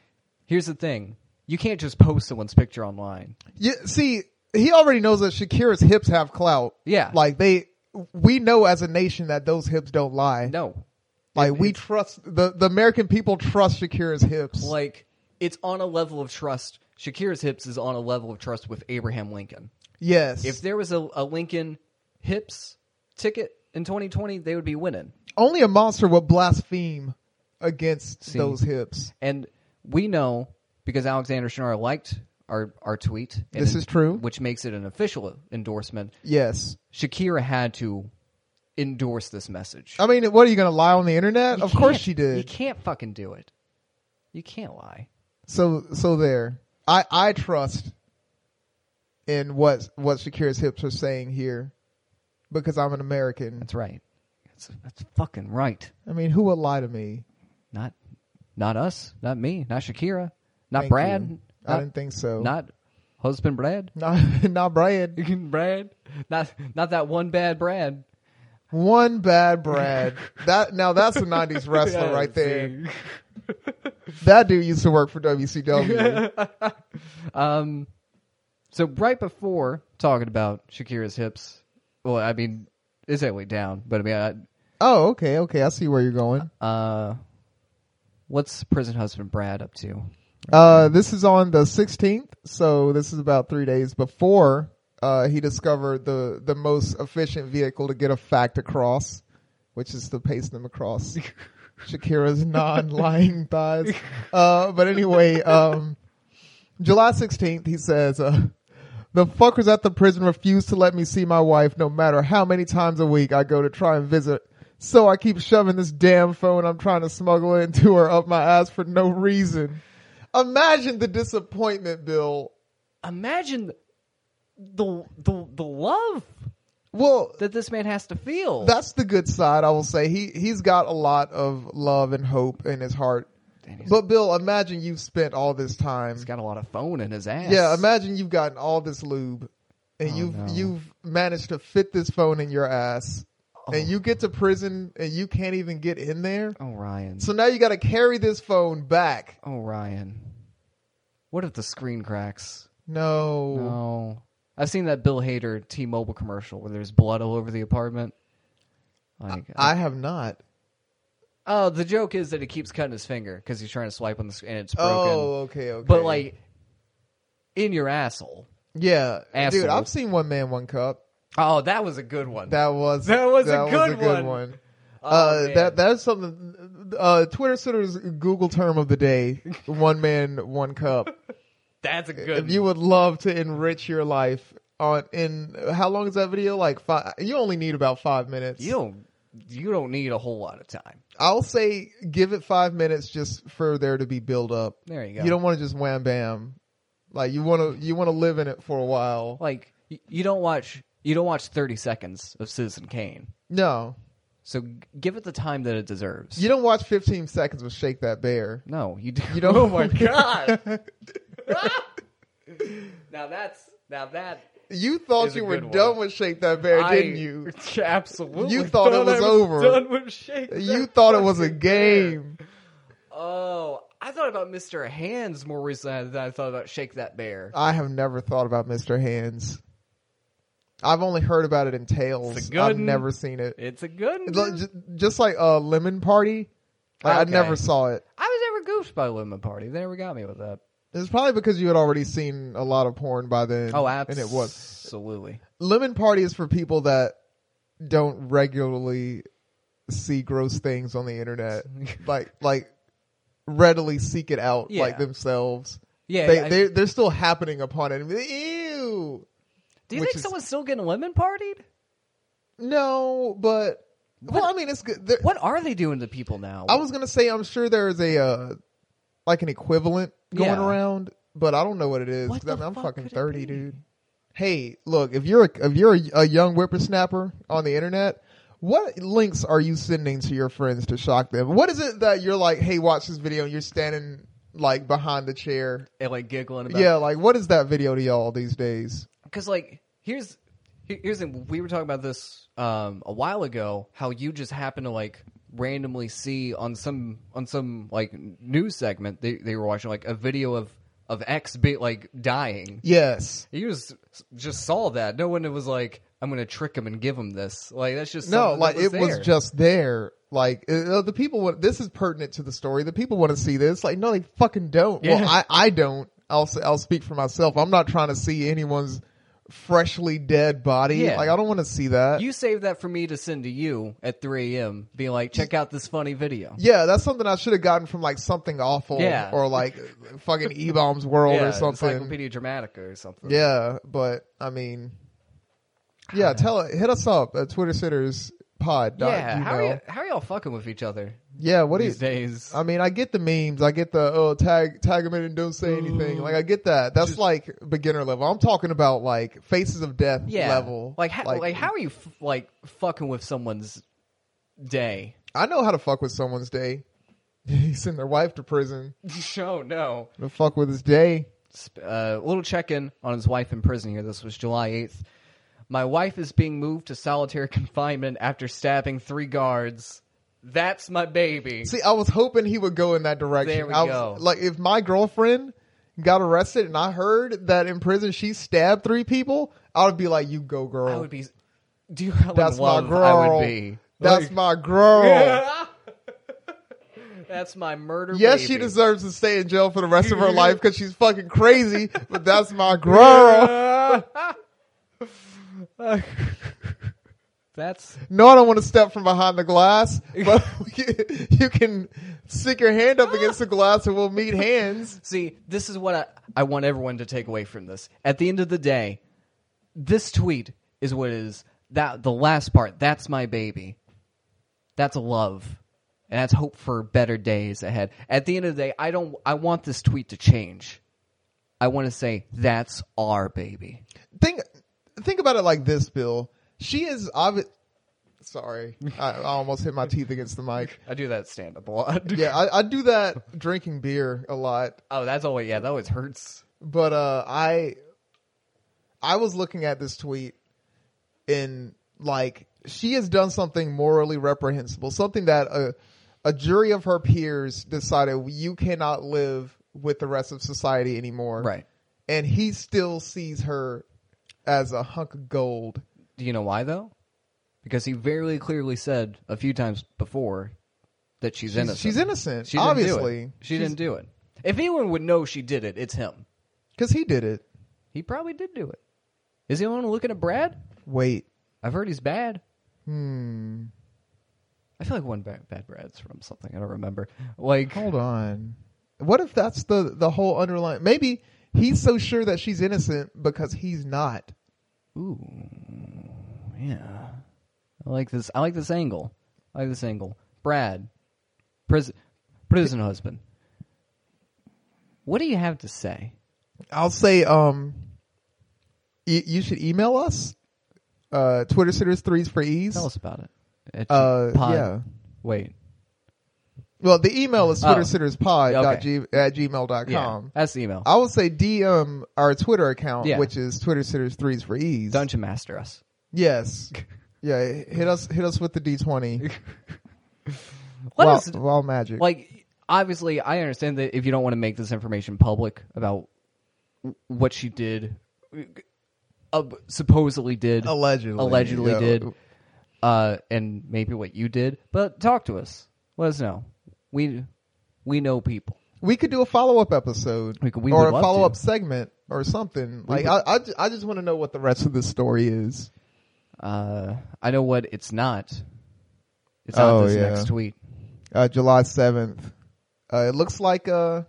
here's the thing: you can't just post someone's picture online.
Yeah, see, he already knows that Shakira's hips have clout.
Yeah.
Like they we know as a nation that those hips don't lie.
No,
like we trust the the American people trust Shakira's hips.
like it's on a level of trust. Shakira's hips is on a level of trust with Abraham Lincoln.
yes.
If there was a, a Lincoln hips ticket in 2020, they would be winning.
Only a monster would blaspheme against
See.
those hips.
And we know because Alexander Shannara liked our, our tweet. and
This
it-
is true.
Which makes it an official endorsement.
Yes.
Shakira had to endorse this message.
I mean, what are you going to lie on the internet?
You
of course
can't-
she
You
did.
can't fucking do it. You can't lie.
So so there. I I trust in what what Shakira's hips are saying here because I'm an American.
That's right. That's, that's fucking right.
I mean, who would lie to me?
Not not us, not me, not Shakira, not
Thank
Brad,
you. I
not,
didn't think so.
not husband Brad.
not, not Brad.
Brad, not not that one bad Brad.
One bad Brad. That now that's a '90s wrestler right there. That dude used to work for WCW.
Um, so right before talking about Shakira's hips, well, I mean, it's that way down, but I mean, I,
Oh, okay, okay. I see where you're going.
Uh, what's prison husband Brad up to?
Uh, this is on the 16th, so this is about three days before uh, he discovered the the most efficient vehicle to get a fact across, which is to paste them across Shakira's non-lying thighs. Uh, but anyway, um, July 16th, he says. Uh, the fuckers at the prison refuse to let me see my wife no matter how many times a week I go to try and visit. So I keep shoving this damn phone I'm trying to smuggle into her up my ass for no reason. Imagine the disappointment, Bill.
Imagine the the the love
Well,
that this man has to feel.
that's the good side, I will say. He he's got a lot of love and hope in his heart. But Bill, imagine you've spent all this time.
He's got a lot of phone in his ass.
Yeah, imagine you've gotten all this lube and
Oh,
you've
no.
you've managed to fit this phone in your ass and you get to prison and you can't even get in there.
Oh Ryan.
So now you got to carry this phone back.
Oh Ryan. What if the screen cracks?
No.
No. I've seen that Bill Hader T-Mobile commercial where there's blood all over the apartment. Like,
I have not.
oh, the joke is that he keeps cutting his finger because he's trying to swipe on the screen and it's broken.
Oh, okay, okay.
But like, in your asshole.
yeah, dude,
Asshole.
I've seen one man one cup.
Oh, that was a good one.
That was
That was a good one. Oh,
uh,
man.
that that's something. Uh, Twitter Sitter's Google term of the day: one man, one cup.
that's a good.
if you would love to enrich your life on in how long is that video? Like five. You only need about five minutes.
you don't. You don't need a whole lot of time.
I'll say give it five minutes just for there to be build up.
There you go.
You don't want to just wham bam. Like you want to you want to live in it for a while.
like. y- You don't watch. You don't watch thirty seconds of Citizen Kane.
No,
So g- give it the time that it deserves.
you don't watch 15 seconds of Shake That Bear.
no, you do.
You don't.
Oh my god! now that's now that
you thought
Is a
you were
good one.
done with Shake That Bear,
I-
didn't you?
Absolutely.
You thought it was
I
over.
Done with Shake
You
That
thought it was a
fucking bear.
game.
Oh, I thought about Mr. Hands more recently than I thought about Shake That Bear.
I have never thought about Mr. Hands. I've only heard about it in
It's
tales.
a good
I've
one.
never seen it.
It's a good one.
It's like- ju- Just like a Lemon Party, like, I
Okay.
never saw it.
I was never goofed by Lemon Party. They never got me with that.
It's probably because you had already seen a lot of porn by then.
Oh,
and it was.
absolutely.
lemon party is for people that don't regularly see gross things on the internet like like readily seek it out
Yeah.
like themselves
Yeah.
they,
I-
they, they're still happening upon it and be, ew
do you
which
think
is-
someone's still getting Lemon Partied?
no but well i mean it's good there,
What are they doing to people now?
i was gonna say i'm sure there is a uh like an equivalent going
Yeah.
around but i don't know what it is
What
'cause I
the
mean, i'm
fuck
fucking
could it
30
be?
dude hey, look, if you're a, if you're a, a young whippersnapper on the internet, what links are you sending to your friends to shock them? What is it that you're like, hey, watch this video, and you're standing like behind the chair?
and like giggling about
Yeah, like what is that video to y'all these days?
because like here's here- here's the, we were talking about this um a while ago how you just happen to like randomly see on some on some like news segment they, they were watching like a video of of x be like dying
Yes.
you just just saw that no one was like i'm gonna trick him and give him this like that's just
No,
something that
like it was
there.
just there. Like uh, the people want this is pertinent to the story. The people want to see this. Like no, they fucking don't.
Yeah.
Well, I I don't. I'll s- I'll speak for myself. I'm not trying to see anyone's freshly dead body.
Yeah.
Like I don't want to see that.
you saved that for me to send to you at 3 a.m being like check out this funny video
Yeah, that's something I should have gotten from like something awful
Yeah.
or like fucking E Bombs World
yeah,
or something.
encyclopedia dramatica or something
Yeah, but I mean, yeah, tell it, hit us up at Twitter Sitters Pod.
yeah how are,
gmail.
y- how are y'all fucking with each other
yeah, what do you?
these days
I mean, I get the memes. I get the oh tag tag them in and don't say anything.
Mm.
Like I get that. That's like beginner level. I'm talking about like faces of death level.
Like, how, like, how are you f- like fucking with someone's day?
I know how to fuck with someone's day. He send their wife to prison
oh no.
to fuck with his day.
Sp- Uh, little check in on his wife in prison here. This was July eighth. My wife is being moved to solitary confinement after stabbing three guards. That's my baby.
See, I was hoping he would go in that direction.
There we
I was,
go.
Like if my girlfriend got arrested and I heard that in prison she stabbed three people, I would be like, "You go, girl."
I would be. Do you know how in
That's my
love
girl.
I would be?
That's
Like-
my girl.
That's my murder.
Yes, she
baby.
deserves to stay in jail for the rest of her life because she's fucking crazy. But that's my girl.
That's
No, I don't want to step from behind the glass, but you can stick your hand up against the glass and we'll meet hands.
see. This is what I, I want everyone to take away from this. At the end of the day, this tweet is what is that the last part. That's my baby. That's love, and that's hope for better days ahead. At the end of the day, I don't. I want this tweet to change. I want to say that's our baby.
Think, think about it like this, Bill. She is obvi- Sorry, I, I almost hit my teeth against the mic.
I do that stand up a lot.
Yeah, I, I do that drinking beer a lot.
Oh, that's always yeah. That always hurts.
but uh i i was looking at this tweet and like she has done something morally reprehensible something that a, a jury of her peers decided you cannot live with the rest of society anymore
Right.
and he still sees her as a hunk of gold
Do you know why though? Because he very clearly said a few times before that she's, innocent.
she's innocent,
didn't do it.
obviously.
she
She's-
didn't do it. If anyone would know she did it, it's him.
because he did it
He probably did do it. Is anyone looking at Brad?
wait
I've heard he's bad.
hmm
I feel like one bad, bad Brad's from something I don't remember. Like
hold on what if that's the the whole underlying maybe he's so sure that she's innocent because he's not
Ooh, yeah. I like this. I like this angle. I like this angle. Brad, prison, prison husband. What do you have to say?
I'll say um y- you should email us uh Twitter sitters threes for ease.
Tell us about it. It's
Uh,
pod-
yeah.
Wait.
Well, the email is
Oh.
Twitter sitters pod dot
Okay.
g- at gmail dot
Yeah.
com.
That's the email.
I will say DM our Twitter account,
Yeah.
which is Twitter sitters threes for ease.
Dungeon master us.
Yes. Yeah, hit us hit us with the D twenty.
Let
Wow,
us
wow magic.
like. Obviously, I understand that if you don't want to make this information public about w- what she did, uh, supposedly did,
allegedly.
allegedly
yeah.
did, uh, and maybe what you did. But talk to us. Let us know. We we know people.
We could do a follow up episode
We could- we
or
would
a
love to.
follow up segment or something. like I I, ju- I just want to know what the rest of the story is.
Uh, I know what it's not. It's not
Oh,
this
yeah.
next tweet.
uh, July 7th. Uh, it looks like uh,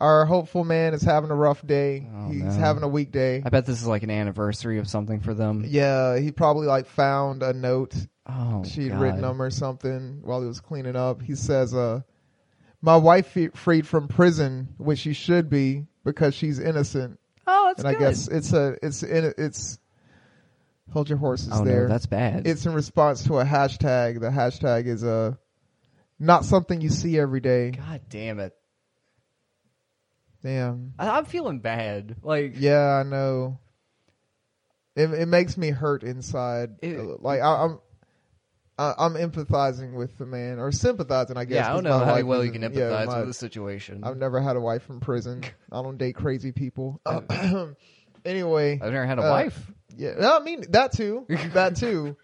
our hopeful man is having a rough day.
Oh,
He's
no.
having a weak day.
I bet this is like an anniversary of something for them.
Yeah, he probably like found a note
Oh,
she'd
God.
written him or something while he was cleaning up. He says, uh, "My wife fe- freed from prison, which she should be because she's innocent."
Oh, that's
and
good.
I guess it's a it's in it's hold your horses
oh
there.
no, that's bad.
it's in response to a hashtag. The hashtag is uh, not something you see every day.
God damn it.
Damn.
I, I'm feeling bad. Like
Yeah, I know. It it makes me hurt inside.
It-
like I, I'm, I, I'm empathizing with the man or sympathizing. I guess.
yeah, I
'cause
don't know
my
how
wife
well you
isn't-
can
yeah,
empathize
my-
with the situation.
I've never had a wife from prison. I don't date crazy people. anyway,
I've never had a
uh,
wife.
yeah, no, I mean that too. That too.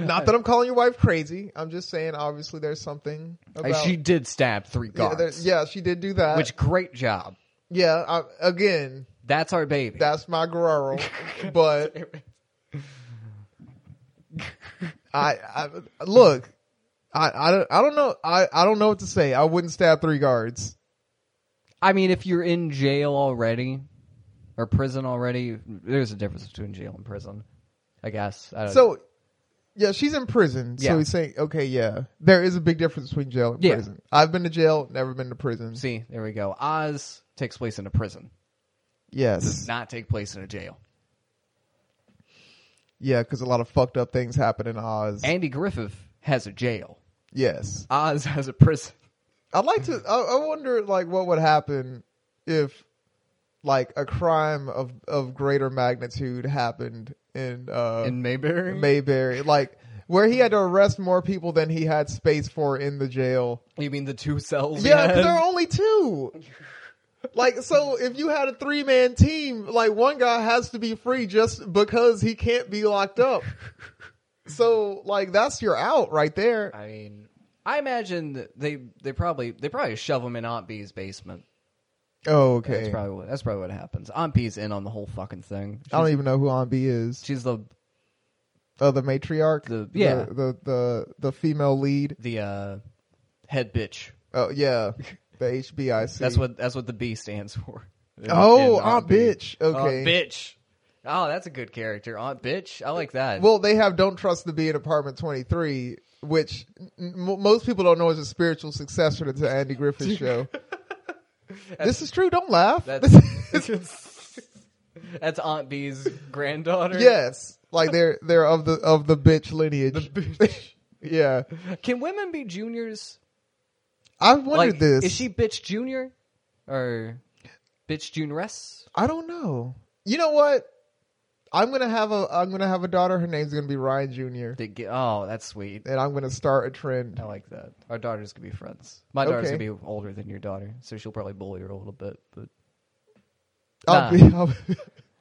Not that I'm calling your wife crazy. I'm just saying, obviously, there's something
Like,
about.
she did stab three
yeah,
guards.
there- yeah, she did do that.
Which great job.
yeah, I, again,
That's our baby.
That's my Guerrero. but I, I look, I, I don't I don't know I, I don't know what to say. I wouldn't stab three guards.
I mean, if you're in jail already or prison already, there's a difference between jail and prison. I guess. I don't
So yeah, she's in prison.
Yeah.
So he's saying, okay, yeah, there is a big difference between jail and
Yeah.
prison. I've been to jail, never been to prison.
see. There we go. Oz takes place in a prison.
yes,
Does not take place in a jail.
yeah, because a lot of fucked up things happen in Oz.
Andy Griffith has a jail.
yes,
Oz has a prison.
I'd like to. I, I wonder, like, what would happen if, like, a crime of of greater magnitude happened in uh,
in Mayberry.
Mayberry, like where he had to arrest more people than he had space for in the jail.
you mean the two cells? he
Yeah, 'cause
had?
there are only two. Like, so if you had a three man team, like one guy has to be free just because he can't be locked up. So like that's your out right there.
I mean, I imagine that they they probably they probably shove him in Aunt B's basement.
Oh,
That's
okay. I
probably what that's probably what happens. Aunt B's in on the whole fucking thing. She's,
don't even know who Aunt B is.
she's the
Oh, the matriarch.
The- yeah.
The the the, the female lead.
the uh, head bitch.
Oh yeah. The HBIC.
That's what that's what the B stands for.
Oh,
In
Aunt
B.
Bitch. Okay.
Aunt Ah, bitch. Oh, that's a good character. Aunt bitch. I like that.
Well, they have "Don't Trust the Bee" in Apartment Twenty Three, which m- m- most people don't know is a spiritual successor to the Andy Griffith Show. this is true. Don't laugh.
that's that's Aunt B's granddaughter.
yes, like they're they're of the of the bitch lineage. yeah,
Can women be juniors?
I've wondered
like,
this.
Is she bitch junior or bitch junioress?
I don't know. You know what? I'm gonna have a I'm gonna have a daughter. Her name's gonna be Ryan Jr.
They get, oh, that's sweet.
And I'm gonna start a trend.
I like that. Our daughters could be friends. My daughter's
Okay.
gonna be older than your daughter, so she'll probably bully her a little bit. But
I'll
Nah.
be. I'll,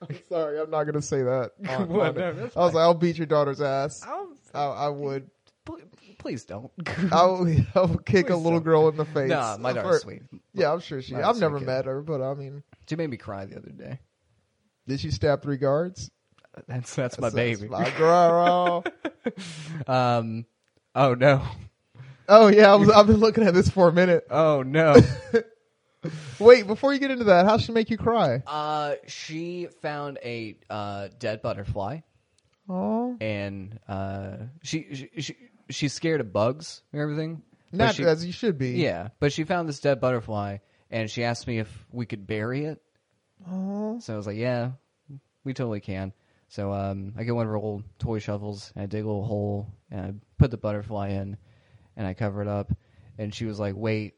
I'm sorry, I'm not gonna say that. on-
Well,
on
no,
it.
that's
I was
fine.
like, I'll beat your daughter's ass.
I'll,
I, I would.
pl- please don't.
I would, I would kick a
Please
little
don't.
girl in the face.
nah, my
Or-
daughter's sweet.
Yeah, I'm sure she.
My
I've
daughter's
never
wicked.
met her, but I mean,
She made me cry the other day.
did she stab three guards?
That's that's my
So it's
baby.
my girl.
um. Oh no.
oh yeah, I was, I've been looking at this for a minute.
Oh no.
Wait, before you get into that, how she make you cry?
uh, she found a uh dead butterfly,
Oh,
and uh, she she, she she's scared of bugs and everything. but
not
she-
as you should be.
Yeah, but she found this dead butterfly, and she asked me if we could bury it.
Aw.
So I was like, "Yeah, we totally can." So um, I get one of her old toy shovels, and I dig a little hole, and I put the butterfly in, and I cover it up. And she was like, "Wait,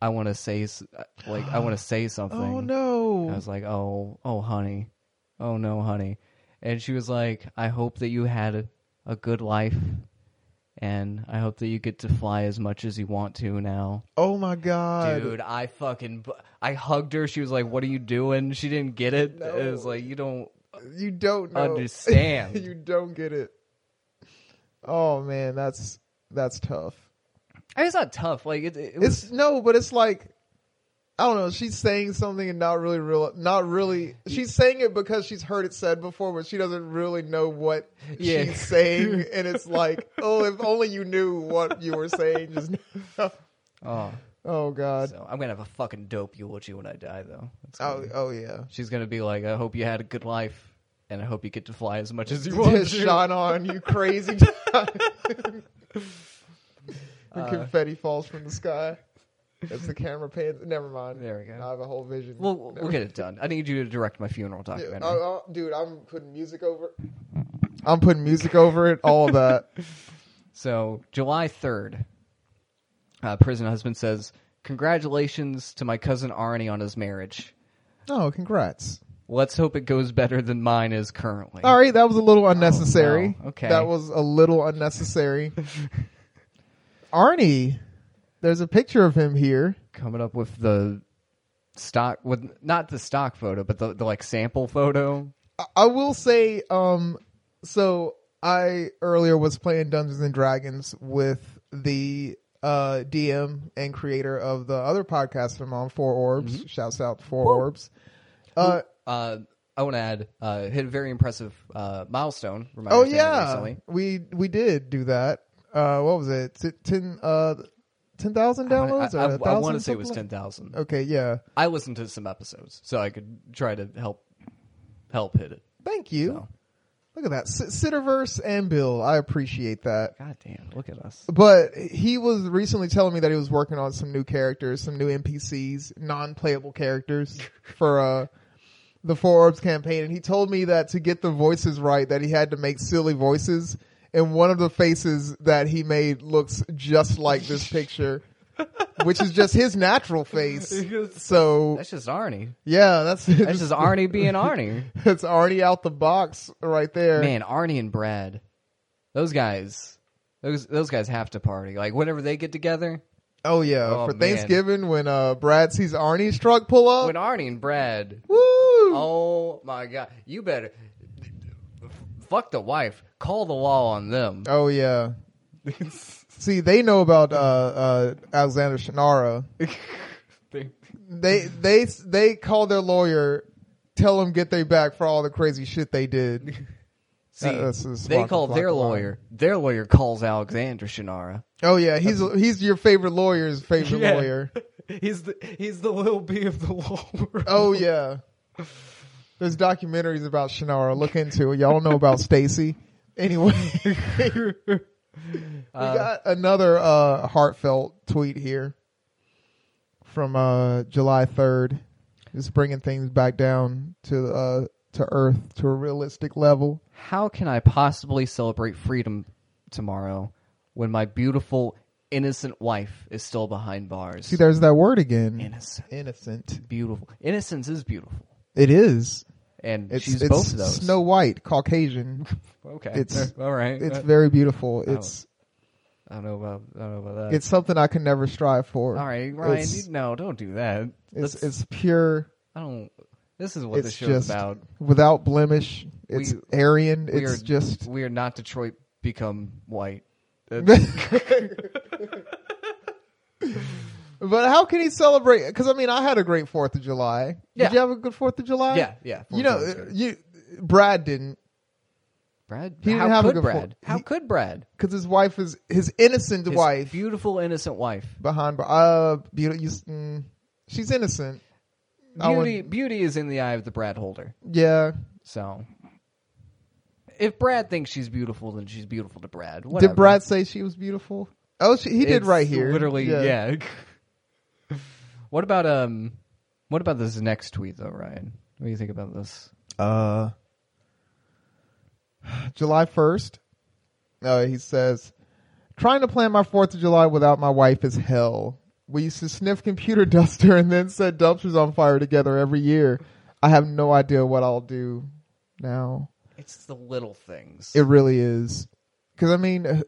I want to say, s- like, I want to say something."
Oh
I
no.
was like, "Oh, oh, honey, oh no, honey," and she was like, "I hope that you had a, a good life, and I hope that you get to fly as much as you want to now."
Oh my god.
Dude, I fucking bu- I hugged her. She was like, "What are you doing?" She didn't get it. It was
No.
like, "You don't."
You don't know.
Understand.
you don't get it. Oh man, that's that's tough.
I mean, it's not tough. Like it, it was.
It's no, but it's like I don't know. She's saying something and not really real. Not really. She's saying it because she's heard it said before, but she doesn't really know what
Yeah.
she's saying. And it's like, oh, if only you knew what you were saying. Just now.
oh,
oh god.
so I'm gonna have a fucking dope eulogy when I die, though. That's
oh
gonna-
oh yeah.
she's gonna be like, "I hope you had a good life, and I hope you get to fly as much as you want."
Just
to."
shot on you crazy.
Uh,
Your confetti falls from the sky. As the camera pans. Never mind.
There we go.
I have a whole vision.
We'll, we'll we'll get it done. I need you to direct my funeral
Dude,
documentary.
I- I- dude, I'm putting music over. I'm putting music over it. All of that.
So, July 3rd, uh, prison husband says, Congratulations to my cousin Arnie on his marriage.
Oh, congrats!
Let's hope it goes better than mine is currently.
All right, that was a little unnecessary.
Oh, wow. Okay.
that was a little unnecessary. Arnie, there's a picture of him here.
Coming up with the stock, with not the stock photo, but the, the like sample photo.
I, I will say, um, so I earlier was playing Dungeons and Dragons with the uh, DM and creator of the other podcast I'm on, Four Orbs.
Mm-hmm.
Shouts out to Four Orbs. Uh,
Uh, I want to add, uh, hit a very impressive uh, milestone. from my
Oh
understanding
yeah,
recently.
we we did do that. Uh, what was it? T- Ten uh, ten thousand
I,
downloads? or
I,
1,000,
want to say it was
something like-
10,000.
Okay, yeah.
I listened to some episodes, so I could try to help help hit it.
Thank you.
So.
Look at that, S- Sitterverse and Bill. I appreciate that.
God damn, look at us.
But he was recently telling me that he was working on some new characters, some new NPCs, non-playable characters for uh, the Four Orbs campaign, and he told me that to get the voices right, that he had to make silly voices, and one of the faces that he made looks just like this picture, which is just his natural face. So
That's just Arnie.
yeah, that's
That's just Arnie being Arnie.
it's already out the box right there.
Man, Arnie and Brad, those guys, those those guys have to party. Like whenever they get together,
Oh yeah,
Oh,
for
man.
Thanksgiving when uh, Brad sees Arnie's truck pull up.
when Arnie and Brad,
Woo!
oh my god, you better. fuck the wife. Call the law on them.
Oh yeah. See, they know about uh, uh, Alexander Shannara. They they they call their lawyer, tell them get they back for all the crazy shit they did.
See,
That- that's just
they
walk the
call
fuck
their
line.
lawyer. Their lawyer calls Alexander Shannara.
Oh yeah, he's he's your favorite lawyer's favorite lawyer.
He's the he's the little B of the law world.
Oh yeah. There's documentaries about Shannara. Look into it. Y'all don't know about Stacy. Anyway, we got another uh, heartfelt tweet here from uh, July 3rd. Just bringing things back down to uh, to earth to a realistic level.
How can I possibly celebrate freedom tomorrow when my beautiful innocent wife is still behind bars?
See, there's that word again.
Innocent.
Innocent.
beautiful. Innocence is beautiful,
It is.
and
It's,
she's
it's
both of those.
Snow White, Caucasian.
okay,
it's-
all right.
It's
I,
very beautiful.
Oh.
It's
I don't know about I don't know about that.
it's something I can never strive for.
all right, Ryan.
It's-
you- no, don't do that.
It's
That's-
it's pure.
I don't. This is what the
it's
show
just
is about.
without blemish.
We-
It's Aryan.
we
It's
are-
just
We are not Detroit. Become white.
but how can he celebrate? Because I mean, I had a great Fourth of July.
Yeah.
Did you have a good Fourth of July?
Yeah, yeah,
You
4th
know,
of July was good.
you Brad didn't
Brad,
He didn't
how
have a
could
good
Brad?
fo-
how
he-
could Brad?
because his wife is his innocent
His
wife
beautiful innocent wife.
behind. bar- Uh, beauty. You, mm, she's innocent. I
Beauty,
wouldn't-
beauty is in the eye of the Brad holder.
yeah.
So, if Brad thinks she's beautiful, then she's beautiful to Brad.
Did Brad say she was beautiful? Oh, she, he did
It's
right here.
Literally, yeah. what about um? What about this next tweet though, Ryan? What do you think about this?
Uh, July 1st. Uh, he says, trying to plan my 4th of July without my wife is hell. We used to sniff computer duster and then set dumpsters on fire together every year. I have no idea what I'll do now.
It's the little things.
It really is. Because, I mean, uh,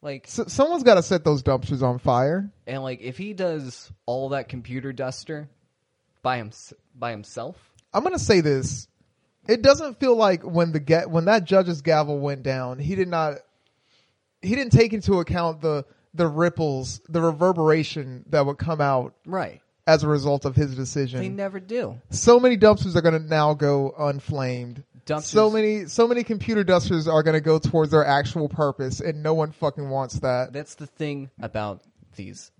like
s- someone's got to set those dumpsters on fire.
and like if he does all that computer duster by him by himself.
I'm gonna say this. It doesn't feel like when the ga- when that judge's gavel went down, he did not he didn't take into account the the ripples, the reverberation that would come out
Right.
as a result of his
They
decision.
never do.
so many dumpsters are gonna now go unflamed.
Dumpsters-
So many so many computer dusters are gonna go towards their actual purpose, and no one fucking wants that.
That's the thing about these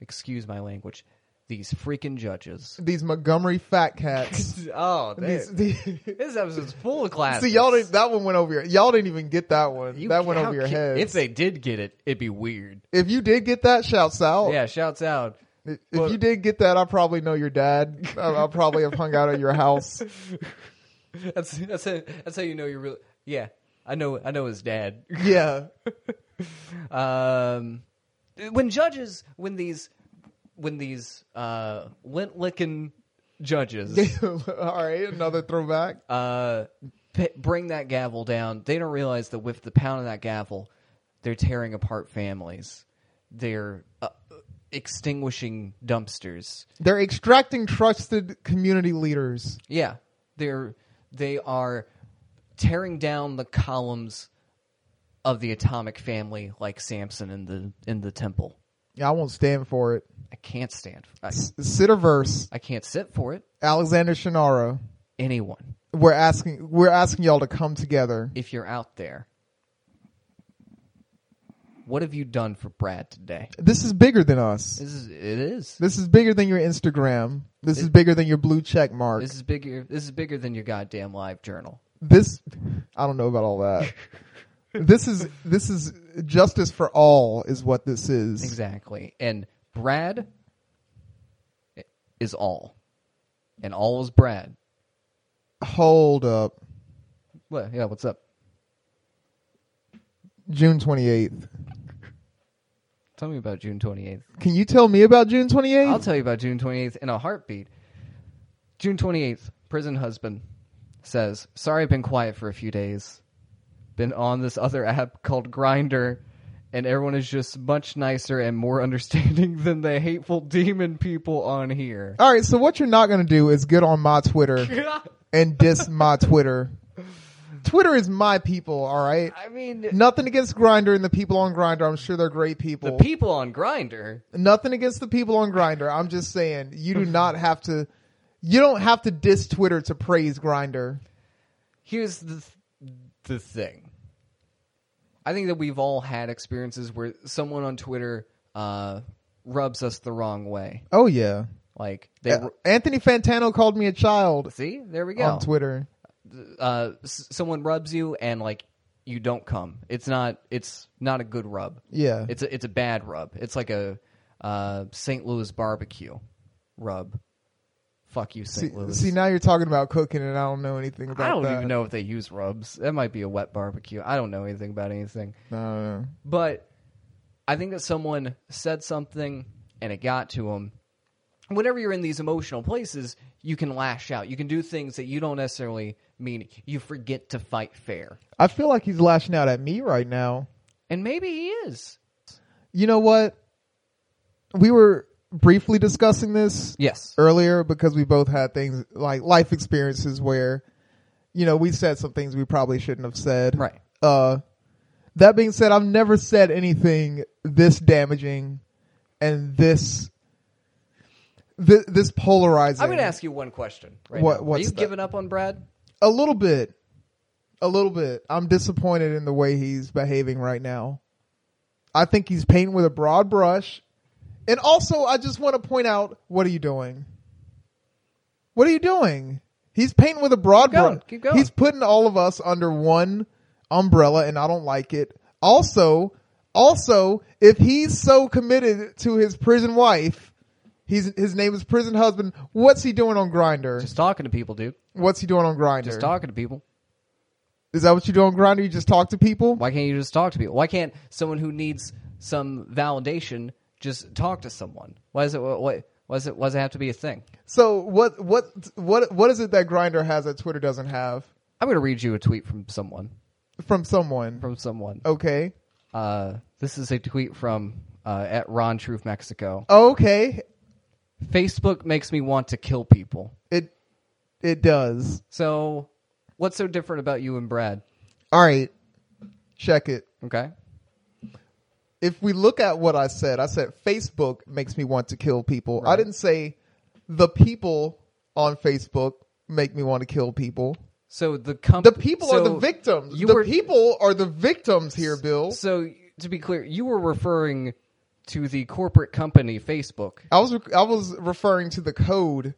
excuse my language, these freaking judges.
These Montgomery fat cats.
oh, they-
These- these-
this episode's full of classes.
See y'all didn't that one went over your y'all didn't even get that one.
You-
that went
how
over your
ca-
head.
If they did get it, it'd be weird.
if you did get that, shouts out.
Yeah, shouts out.
If
But-
you did get that, I probably know your dad. I, I probably have hung out at your house.
That's that's how, that's how you know you're really. Yeah, I know. I know his dad.
Yeah.
Um, when judges, when these, when these uh, lint licking judges
All right, another throwback.
uh, p- bring that gavel down, they don't realize that with the pound of that gavel, they're tearing apart families. They're uh, extinguishing dumpsters.
They're extracting trusted community leaders.
Yeah, they're they are tearing down the columns of the atomic family, like Samson in the in the temple.
Yeah, I won't stand for it.
I can't stand. I,
Sitterverse,
I can't sit for it.
Alexander Shannara.
Anyone,
We're asking. We're asking y'all to come together.
if you're out there, what have you done for Brad today?
This is bigger than us.
This is it is.
This is bigger than your Instagram. This is bigger than your blue check mark.
This is bigger. This is bigger than your goddamn live journal.
this I don't know about all that. this is this is justice for all is what this is.
Exactly. And Brad is all, and all is Brad.
Hold up.
What? Yeah. What's up?
June 28th.
Tell me about June 28th.
Can you tell me about June 28th?
I'll tell you about June 28th in a heartbeat. June 28th, prison husband says, "Sorry I've been quiet for a few days. Been on this other app called Grinder and everyone is just much nicer and more understanding than the hateful demon people on here."
all right, so what you're not going to do is get on my Twitter and diss my Twitter. Twitter is my people, all right?
I mean,
Nothing against Grinder and the people on Grinder. I'm sure they're great
the
people.
people on Grinder.
Nothing against the people on Grinder. I'm just saying you do not have to you don't have to diss Twitter to praise Grinder.
Here's the th- the thing. I think that we've all had experiences where someone on Twitter uh, rubs us the wrong way.
Oh yeah.
Like they
Uh, Anthony Fantano called me a child
see, there we go.
on Twitter.
uh, s- someone rubs you and like you don't come. It's not. It's not a good rub.
Yeah.
It's a, it's a bad rub. It's like a uh, St. Louis barbecue rub. Fuck you,
See,
St. Louis.
see, now you're talking about cooking and I don't know anything about
I don't
that.
even know if they use rubs. That might be a wet barbecue. I don't know anything about anything.
I don't know.
But I think that someone said something and it got to him. Whenever you're in these emotional places, you can lash out. You can do things that you don't necessarily mean. You forget to fight fair.
I feel like he's lashing out at me right now.
And maybe he is.
You know what? We were briefly discussing this
Yes.
earlier because we both had things like life experiences where, you know, we said some things we probably shouldn't have said.
Right.
Uh, that being said, I've never said anything this damaging and this th- this polarizing.
I'm going to ask you one question. Right
What-
now. Are
what's
you
that?
giving up on Brad?
a little bit, a little bit. I'm disappointed in the way he's behaving right now. I think he's painting with a broad brush, and also I just want to point out: what are you doing? What are you doing? He's painting with a broad
Keep going,
brush.
keep going.
He's putting all of us under one umbrella, and I don't like it. Also, also, if he's so committed to his prison wife, he's his name is prison husband. What's he doing on Grinder?
Just talking to people, dude.
What's he doing on Grinder?
Just talking to people.
Is that what you do on Grinder? You just talk to people?
Why can't you just talk to people? Why can't someone who needs some validation just talk to someone? Why is it why, why is it why does it have to be a thing?
So what what what what is it that Grinder has that Twitter doesn't have
I'm going to read you a tweet from someone.
from someone?
From someone.
Okay.
Uh, this is a tweet from uh, at Ron Truth Mexico.
Okay.
Facebook makes me want to kill people.
It it does.
So, what's so different about you and Brad?
All right. Check it.
Okay.
If we look at what I said, I said Facebook makes me want to kill people. I
Right.
didn't say the people on Facebook make me want to kill people.
So the comp-
The people are the
so
victims.
You
the
were
people are the victims here, Bill.
so to be clear, you were referring to the corporate company Facebook.
I was I was referring to the code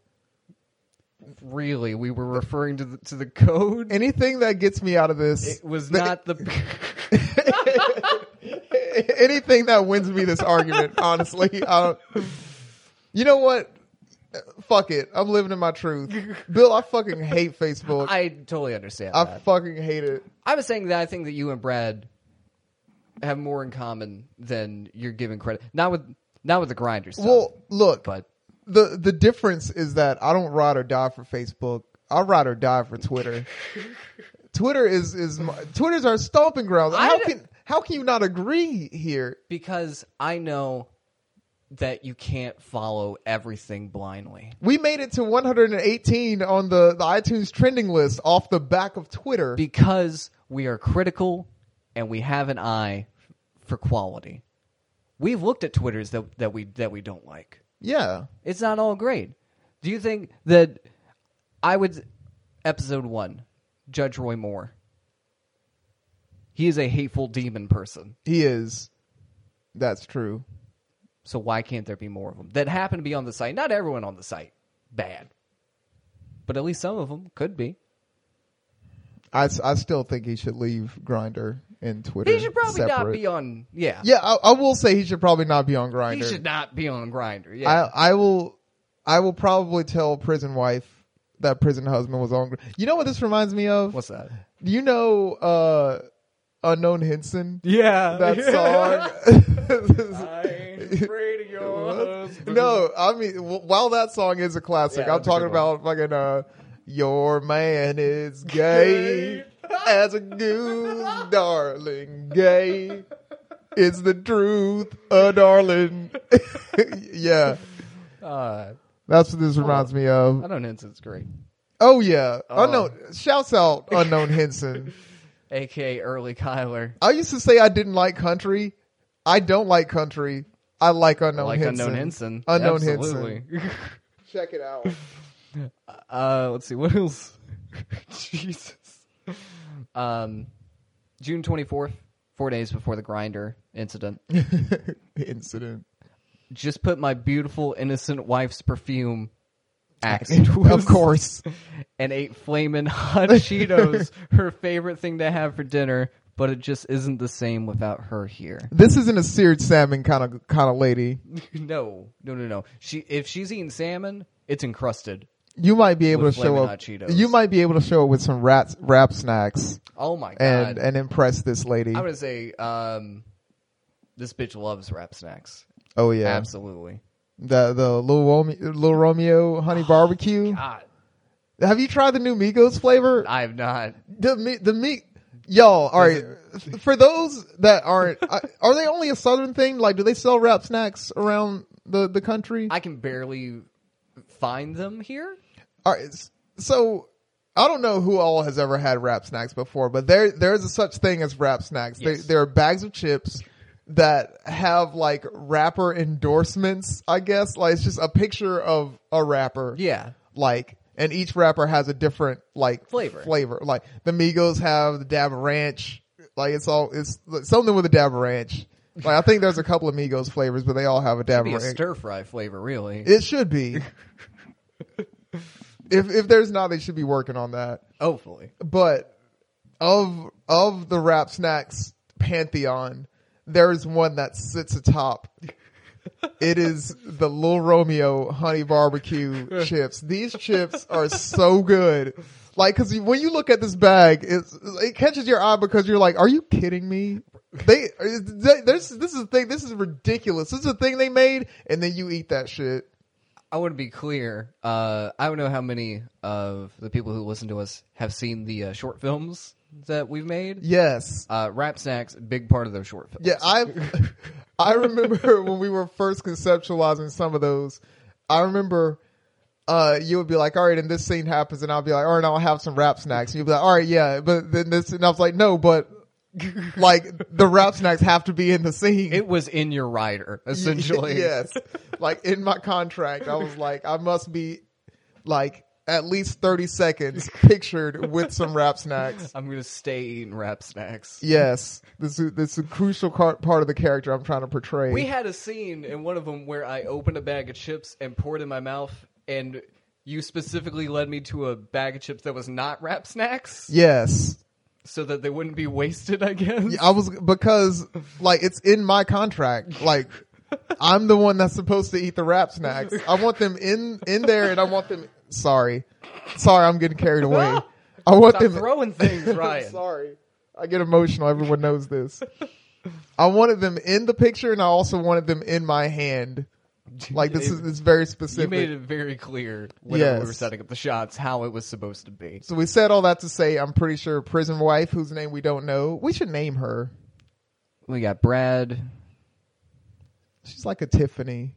Really, we were referring to the, to the code.
anything that gets me out of this
it was not the.
anything that wins me this argument honestly I don't, you know what fuck it i'm living in my truth bill i fucking hate facebook i,
I totally understand. that.
fucking hate it
I was saying that I think that you and Brad have more in common than you're giving credit. Not with not with the grinder stuff.
well look
but
the the difference is that i don't ride or die for facebook i ride or die for twitter twitter is is my, twitter's our stomping grounds
I
how
don't-
can how can you not agree here
because I know that you can't follow everything blindly.
we made it to 118 on the, the iTunes trending list off the back of Twitter.
because we are critical and we have an eye for quality. We've looked at Twitters that, that we that we don't like.
yeah.
It's not all great. Do you think that I would episode one, Judge Roy Moore. He is a hateful demon person.
He is. That's true.
So why can't there be more of them that happen to be on the site? Not everyone on the site bad, but at least some of them could be.
I, s- I still think he should leave Grinder and Twitter.
He should probably not
separate.
be on. Yeah,
Yeah, I, I will say he should probably not be on
he
Grinder.
should not be on Grinder. Yeah,
I I will I will probably tell prison wife that prison husband was on. Gr- You know what this reminds me of?
what's that?
Do you know uh unknown Henson?
Yeah,
That song.
no,
no, I mean, w- while that song is a classic,
Yeah,
I'm
that's a
talking
good one.
about fucking uh, your man is gay as a goose, darling, gay. It's the truth, uh, darling. yeah,
uh,
that's what this reminds me of.
I don't know. It's great.
Oh yeah,
Uh-huh.
unknown. Shouts out unknown Henson.
aka early Kyler.
I used to say I didn't like country. I don't like country. I like unknown
like
Henson.
unknown Henson.
Unknown
Absolutely.
Henson. Check it out.
Uh, let's see what else. Jesus. Um, June twenty fourth, four days before the grinder incident.
Incident.
Just put my beautiful innocent wifef's perfume. Axe
of course.
and ate flaming hot Cheetos, her favorite thing to have for dinner. But it just isn't the same without her here.
This isn't a seared salmon kind of kind of lady.
no, no, no, no. She if she's eating salmon, it's encrusted.
You might be able
With
to show
Flamin'
up.
Hot Cheetos.
You might be able to show up with some rats, rap snacks
Oh my
and
god!
and impress this lady.
I would say um, this bitch loves wrap snacks.
oh yeah,
Absolutely.
the the little Romeo, little Romeo honey barbecue.
Oh, God,
Have you tried the new Migos flavor?
I have not.
the meat, the meat, y'all. All right, for those that aren't, I- are they only a southern thing? Like, do they sell wrap snacks around the the country?
I can barely find them here.
All right, s- so I don't know who all has ever had wrap snacks before, but there there is a such thing as wrap snacks. There,
Yes.
there are bags of chips that have like rapper endorsements. I guess like it's just a picture of a rapper.
Yeah.
like and each rapper has a different like
Flavor.
flavor like the migos have the dab ranch like it's all it's like, something with a dab ranch like i think there's a couple of migos flavors but they all have a dab
Be a
ranch
stir fry flavor, really.
it should be if if there's not they should be working on that
Hopefully.
but of of the rap snacks pantheon there is one that sits atop it is the Lil Romeo honey barbecue chips. These chips are so good. Like, cause you- when you look at this bag, it's, it catches your eye because you're like, are you kidding me? They, they there's, this is the thing, this is ridiculous. This is the thing they made, and then you eat that shit.
I want to be clear. Uh, I don't know how many of the people who listen to us have seen the uh, short films that we've made.
Yes.
Uh, Rap Snacks, big part of those short films.
Yeah, I I remember when we were first conceptualizing some of those. I remember uh, you would be like, "All right," and this scene happens, and I'll be like, "All right, I'll have some wrap snacks." And you'd be like, "All right, yeah," but then this, and I was like, "No, but like the wrap snacks have to be in the scene."
It was in your rider, essentially.
yes. Like in my contract, I was like, I must be like at least thirty seconds pictured with some wrap snacks.
I'm going to stay eating Rap Snacks.
Yes, this is this is a crucial car- part of the character I'm trying to portray.
We had a scene in one of them where I opened a bag of chips and poured in my mouth, and you specifically led me to a bag of chips that was not wrap snacks,
yes.
so that they wouldn't be wasted. I guess.
I was because like it's in my contract. Like I'm the one that's supposed to eat the wrap snacks. I want them in in there, and I want them. Sorry, sorry, I'm getting carried away. I want
Stop
them.
throwing things,
I'm
Ryan.
sorry, I get emotional. Everyone knows this. I wanted them in the picture, and I also wanted them in my hand. Like this is it's very
You
specific.
made it very clear whenever we were
Yes.
setting up the shots how it was supposed to be.
so we said all that to say, I'm pretty sure prison wife, whose name we don't know, we should name her.
We got Brad.
She's like a Tiffany.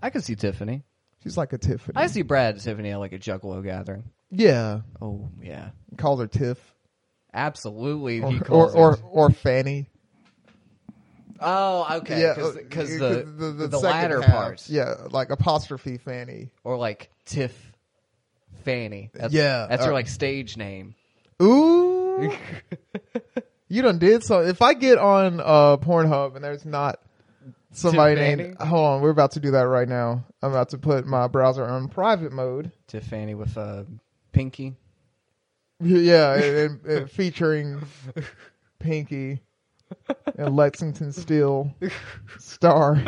I could see Tiffany.
She's like a Tiffany.
I see Brad and Tiffany at like a Juggalo gathering.
yeah.
Oh yeah,
calls her Tiff
absolutely.
or
he
or,
calls
or,
her-
or Fanny.
oh okay,
Yeah,
because
uh,
the the,
second
latter
half.
part.
Yeah, like apostrophe Fanny.
or like Tiff Fanny. That's,
Yeah,
that's
uh,
her like stage name.
Ooh, you done did so. If I get on uh, Pornhub and there's not somebody
Tiff
named,
Fanny?
hold on, we're about to do that right now. I'm about to put my browser on private mode.
Tiff Fanny with uh, Pinky.
Yeah, and, and, and featuring Pinky and Lexington Steel Star.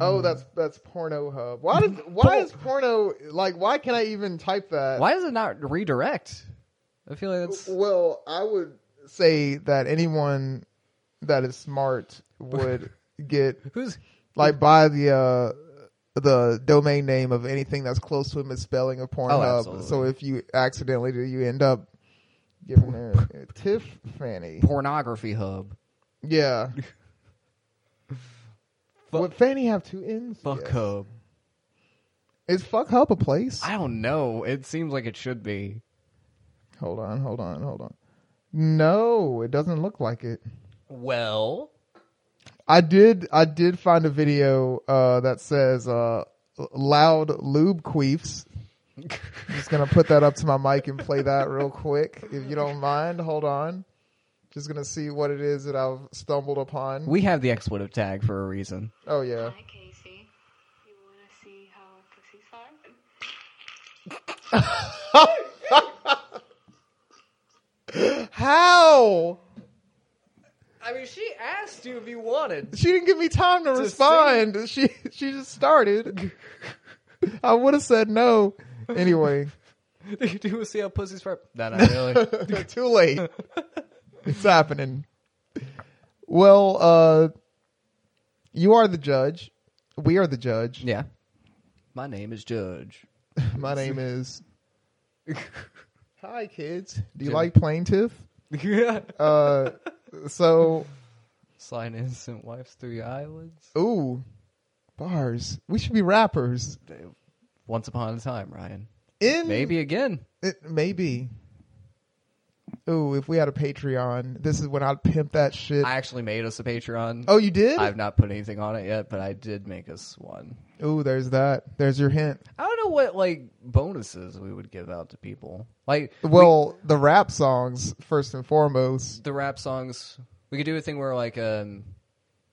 oh, that's that's Porno Hub. Why did why is porno like? Why can I even type that?
Why does it not redirect? I feel like that's
Well, I would say that anyone that is smart would get
who's
like buy the uh the domain name of anything that's close to a misspelling of Pornhub.
Oh, absolutely.
so if you accidentally do, you end up giving her Tiff Fanny.
pornography hub.
Yeah.
Fuck-
Would Fanny have two N's?
Fuck
Yes.
hub.
Is fuck hub a place?
I don't know. It seems like it should be.
Hold on, hold on, hold on. No, it doesn't look like it.
Well,
I did I did find a video uh, that says uh, loud lube queefs. I'm just gonna put that up to my mic and play that real quick, if you don't mind. Hold on. Just gonna see what it is that I've stumbled upon.
we have the expletive tag for a reason.
oh yeah.
Hi, Casey. You want to see how our pussies are?
How?
I mean, she asked you if you wanted.
She didn't give me time to, respond. She she just started. I would have said no. Anyway,
Do you want to see how pussy's fart? No, not really.
too late. It's happening. Well, uh you are the judge. We are the judge.
yeah. My name is Judge.
My name is Hi kids. Do you
Jim.
like plaintiff?
Yeah.
Uh so
Slide innocent wives through your eyelids.
ooh bars. We should be rappers.
Once upon a time, Ryan.
In
Maybe again.
It, maybe. Ooh, if we had a Patreon, this is when I'd pimp that shit.
I actually made us a Patreon.
oh, you did?
I've not put anything on it yet, but I did make us one.
Ooh, there's that. There's your hint.
I don't know what like bonuses we would give out to people. Like
Well, the rap songs first and foremost.
the rap songs, we could do a thing where like um,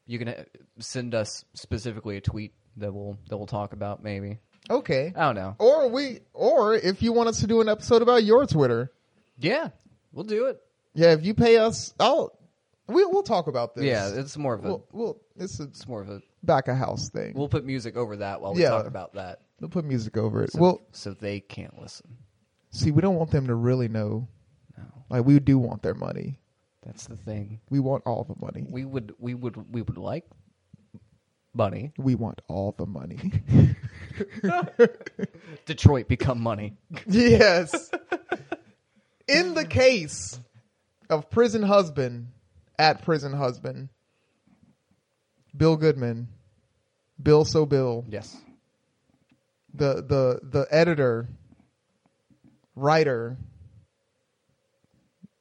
you can uh, send us specifically a tweet that we'll that we'll talk about maybe.
Okay.
I don't know.
Or we, or if you want us to do an episode about your Twitter,
Yeah, we'll do it.
yeah, if you pay us, I'll we we'll talk about this.
Yeah, it's more of a
we'll, we'll it's a
it's more of a
back a house thing. We'll,
we'll put music over that while we
Yeah.
talk about that.
put music over it.
So,
well,
so they can't listen.
see, we don't want them to really know.
No.
Like we do want their money.
That's the thing.
We want all the money.
We would we would we would like money.
we want all the money.
Detroit become money.
yes. In the case of prison husband at prison husband, Bill Goodman, Bill So Bill,
Yes.
the the the editor, writer,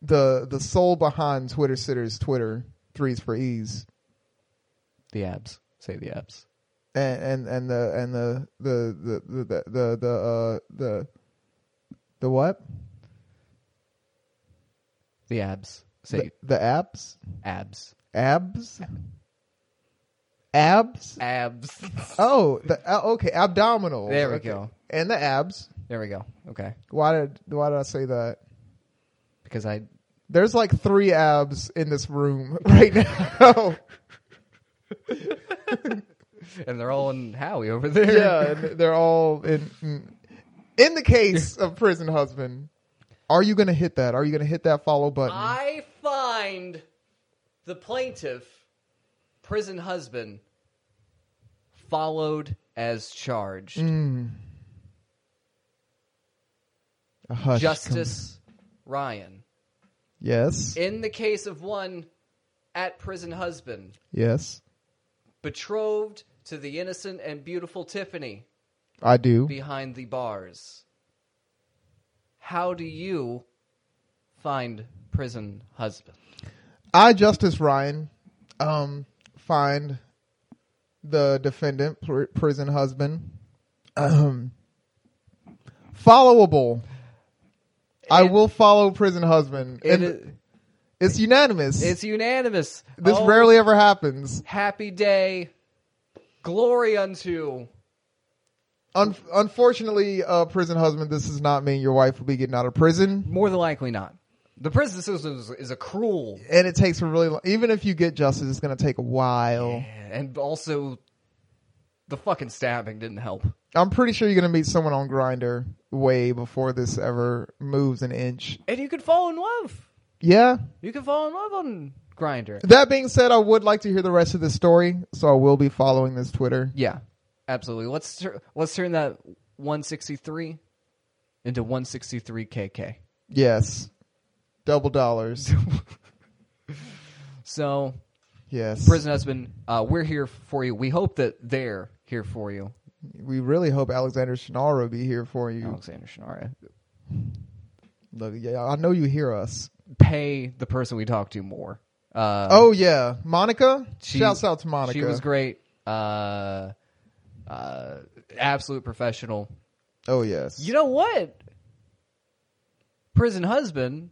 the the soul behind Twitter sitters Twitter threes for ease,
The abs. Say the abs.
and and, and the and the the the the the the uh, the the what
The abs. Say
the, the apps
abs.
abs abs
Abs.
oh the oh, okay abdominal
There we
Okay.
go.
and the abs
there we go. Okay.
why did why did i say that
Because I
there's like three abs in this room right now
and they're all in Howie over there.
yeah and they're all in mm, in the case of prison husband are you gonna hit that are you gonna hit that follow button
I find the plaintiff, prison husband, followed as charged.
Mm. A hush.
Justice Ryan.
yes
In the case of one at prison husband,
yes
betrothed to the innocent and beautiful Tiffany
i do
behind the bars. How do you find prison husband?
I, Justice Ryan, um, find the defendant, pr- prison husband, um, followable. I
It-
will follow prison husband.
It
and
is,
it's unanimous.
it's unanimous.
this
Oh,
rarely ever happens.
happy day, glory unto.
Un- unfortunately, uh, prison husband, this does not mean your wife will be getting out of prison.
More than likely not. The prison system is, is a cruel
And it takes a really long, even if you get justice, it's going to take a while.
and also the fucking stabbing didn't help.
I'm pretty sure you're going to meet someone on Grinder way before this ever moves an inch.
And you could fall in love.
Yeah,
You could fall in love on Grinder.
That being said, I would like to hear the rest of this story, so I will be following this Twitter.
Yeah, absolutely. Let's tur- let's turn that 163 into 163kk.
Yes. Double dollars.
So,
Yes.
prison husband, uh, we're here for you. We hope that they're here for you.
We really hope Alexander Shannara will be here for you.
Alexander Shannara.
Look, yeah, I know you hear us.
Pay the person we talk to more. Uh,
oh yeah, Monica.
She-
Shouts out to Monica.
She was great. Uh, uh, absolute professional.
Oh yes.
You know what? Prison husband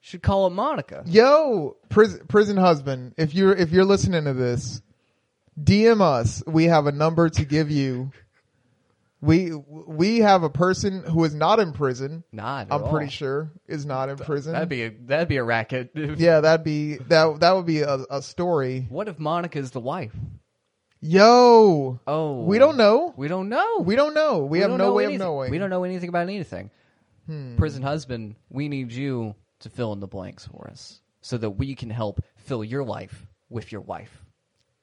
should call him Monica.
Yo, prison, prison husband, if you're if you're listening to this, DM us. We have a number to give you. We we have a person who is not in prison.
Not. at
I'm
all.
pretty sure is not in prison.
that'd be a that'd be a racket. yeah.
yeah, that'd be that that would be a, a story.
What if Monica's the wife?
Yo,
Oh,
we don't know.
We don't know.
We don't know. We, have
don't
no
know
way
anything.
of knowing. Hmm.
We don't know anything about anything. Prison husband, we need you to fill in the blanks for us so that we can help fill your life with your wife.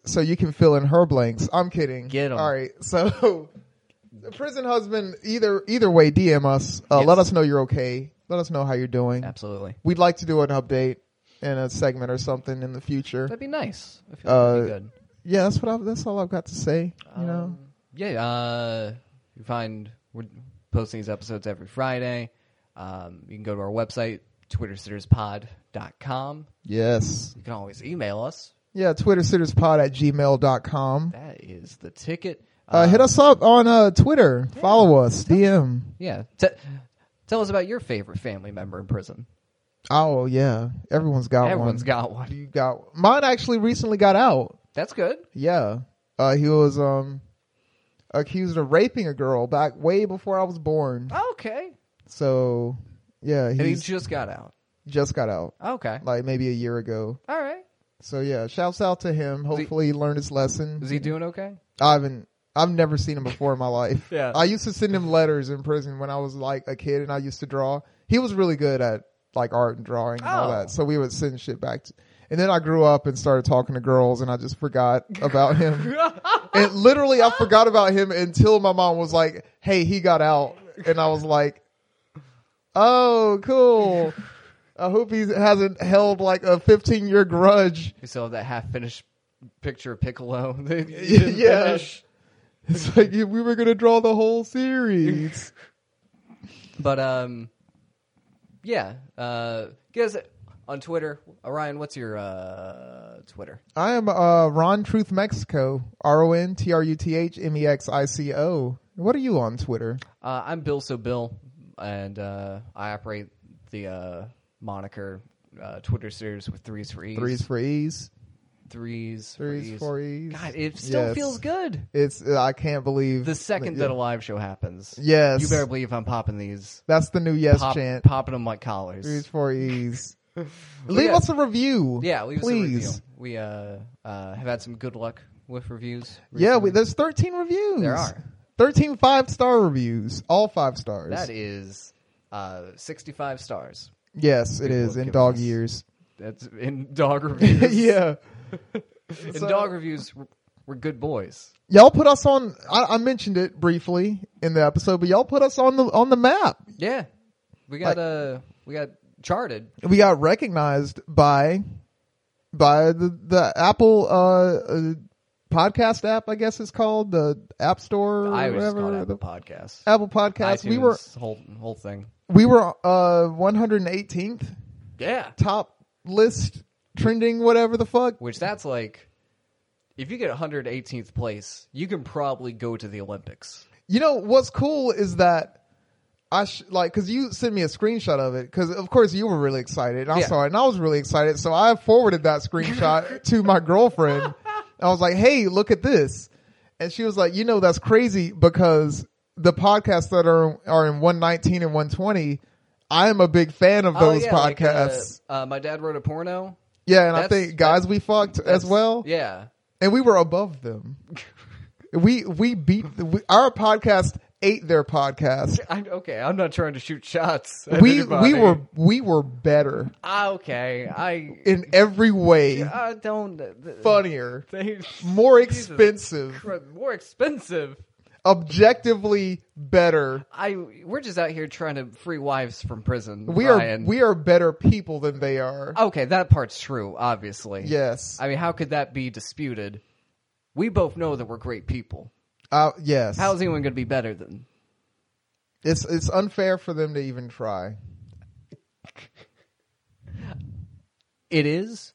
so you can fill in her blanks. I'm kidding.
Get 'em.
All right. So the prison husband either either way DM us. Uh,
Yes.
let us know you're okay. Let us know how you're doing.
Absolutely.
We'd like to do an update and a segment or something in the future.
That'd be nice. I feel like that'd be
Uh,
good.
Yeah, that's what I that's all I've got to say, you
Um,
know.
Yeah, uh, you find we're posting these episodes every Friday. Um, you can go to our website, twittersitterspod.com.
Yes.
You can always email us.
Yeah, Twitter sitterspod at gmail.com.
That is the ticket. Um,
Uh, hit us up on uh, Twitter. Follow us. DM.
Yeah. T- tell us about your favorite family member in prison.
Oh yeah, everyone's got one.
Everyone's got one.
You got mine. Actually, recently got out.
That's good.
Yeah. Uh, he was um accused of raping a girl back way before I was born.
Okay.
So yeah,
And he
he's
just got out.
just got out
Okay.
like maybe a year ago.
All right.
So yeah, shouts out to him. Hopefully, he learned his lesson.
Is he doing okay?
I haven't. I've never seen him before in my life.
Yeah.
I used to send him letters in prison when I was like a kid, and I used to draw. He was really good at like art and drawing and all
Oh.
that. So we would send shit back. To, and then I grew up and started talking to girls, and I just forgot about him. and literally, I forgot about him until my mom was like, "Hey, he got out," and I was like, "Oh, cool." I hope he hasn't held like a 15 year grudge.
You still have that half finished picture of Piccolo. that you
Yeah.
didn't finish.
It's like we were gonna draw the whole series.
But um, yeah. Uh, guys on Twitter, Orion. What's your uh Twitter?
I am uh, Ron Truth Mexico. R O N T R U T H M E X I C O. What are you on Twitter?
Uh, I'm Bill. So Bill, and uh, I operate the uh, moniker uh, Twitter series with threes for ease.
Threes for ease.
threes, for
Threes
ease.
for ease.
God, it still
Yes.
feels good.
It's uh, I can't believe
The second
yeah.
that a live show happens,
Yes.
you better believe I'm popping these,
that's the new yes
pop,
chant.
popping them like collars.
Threes for ease. leave
yeah.
us a review.
Yeah, leave
please.
us a review. We uh, uh, have had some good luck with reviews.
Yeah, we,
recently.
there's 13 reviews.
There are.
13 five star reviews, all five stars.
that is uh, 65 stars.
yes, it
People
is
have
in
given
dog
us-
years.
That's in dog reviews.
yeah.
in
So-
dog reviews, we're- we're good boys.
y'all put us on I, I mentioned it briefly in the episode but y'all put us on the on the map
Yeah, we
Like-
got uh, we got charted.
we got recognized by by the the apple uh, uh podcast app i guess it's called the app store or
I was just
whatever
called Apple
the
Podcast.
apple podcast we were
iTunes, whole whole thing.
we were uh 118th
Yeah,
top list trending whatever the fuck
which that's like. If you get 118th place, you can probably go to the Olympics.
You know what's cool is that I sh- like because you sent me a screenshot of it because of course you were really excited. and I
Yeah.
saw it and I was really excited, so I forwarded that screenshot to my girlfriend. I was like, "Hey, look at this," and she was like, "You know that's crazy because the podcasts that are are in one nineteen and one twenty, I am a big fan of those
oh, yeah, like, uh,
podcasts.
uh, my dad wrote a porno.
yeah, and I
that's-
think guys we fucked as
That's-
well,
Yeah.
and we were above them. we we beat the, we, our podcast ate their podcast.
I'm, okay, I'm not trying to shoot shots. at
we
anybody.
we were we were better
Ah, okay. I
in every way,
I don't. th-
funnier,
They
more
Jesus
expensive,
Christ, more expensive.
objectively better.
I we're just out here trying to free wives from prison.
We
Ryan.
are we are better people than they are.
okay. That part's true, obviously.
Yes,
I mean, how could that be disputed? We both know that we're great people.
Uh, yes.
How's anyone going to be better than?
it's it's unfair for them to even try.
It is,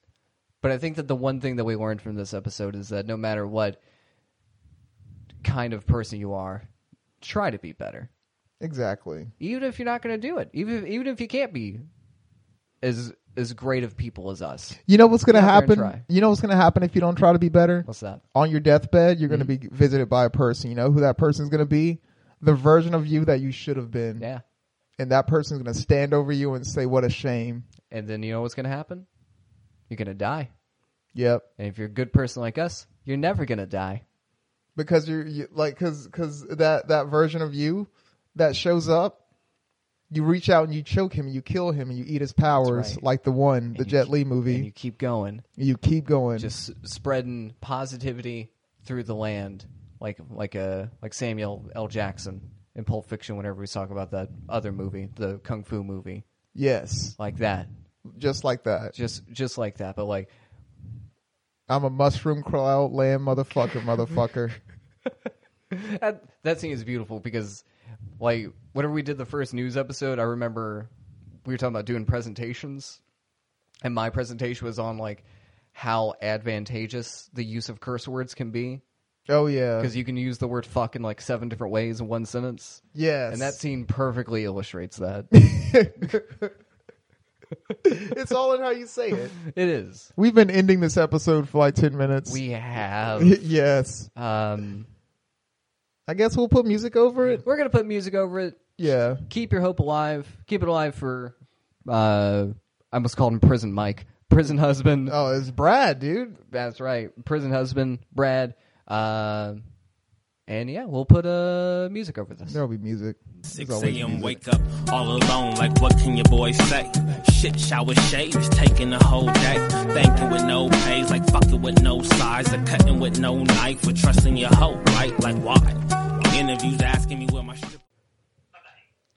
but I think that the one thing that we learned from this episode is that no matter what kind of person you are, try to be better.
Exactly.
Even if you're not going to do it, even if, even if you can't be as as great of people as us.
You know what's going to
Get out there and
happen?
try.
You know what's going to happen if you don't try to be better?
What's that?
On your deathbed, you're going
Mm-hmm.
to be visited by a person. You know who that person's going to be? The version of you that you should have been.
Yeah.
And that person's going to stand over you and say, "What a shame."
And then you know what's going to happen? You're going to die.
Yep.
And if you're a good person like us, you're never going to die.
Because you're you, like cuz cuz that that version of you that shows up you reach out and you choke him, and you kill him, and you eat his powers,
right.
like the one, the
you
Jet
keep-
Li
And
movie.
you keep going,
You, keep going.
just spreading positivity through the land, like like a like Samuel L. Jackson in Pulp Fiction. Whenever we talk about that other movie, the kung fu movie,
yes,
like that,
just like that.
just just like that, but like
I'm a mushroom cloud land motherfucker, motherfucker.
that that scene is beautiful because like whenever we did the first news episode, I remember we were talking about doing presentations, and my presentation was on like how advantageous the use of curse words can be
Oh yeah,
because you can use the word fuck in like seven different ways in one sentence.
yes.
And that scene perfectly illustrates that.
it's all in how you say it.
it is.
We've been ending this episode for like ten minutes.
We have.
yes,
Um,
I guess we'll put music over it.
we're gonna put music over it.
Yeah,
Keep your hope alive. Keep it alive for. Uh, I almost called him prison Mike, prison husband.
Oh, it's Brad, dude.
That's right, prison husband Brad. Uh, and yeah, we'll put uh music over this.
There'll be music. There's
6
always
a.m.
music.
wake up all alone, like what can your boy say? Shit shower shaves, taking the whole day. Thanking with no pays, like fucking with no size, or cutting with no knife, or trusting your hoe, right? Like why? Interviews asking me where my stripper.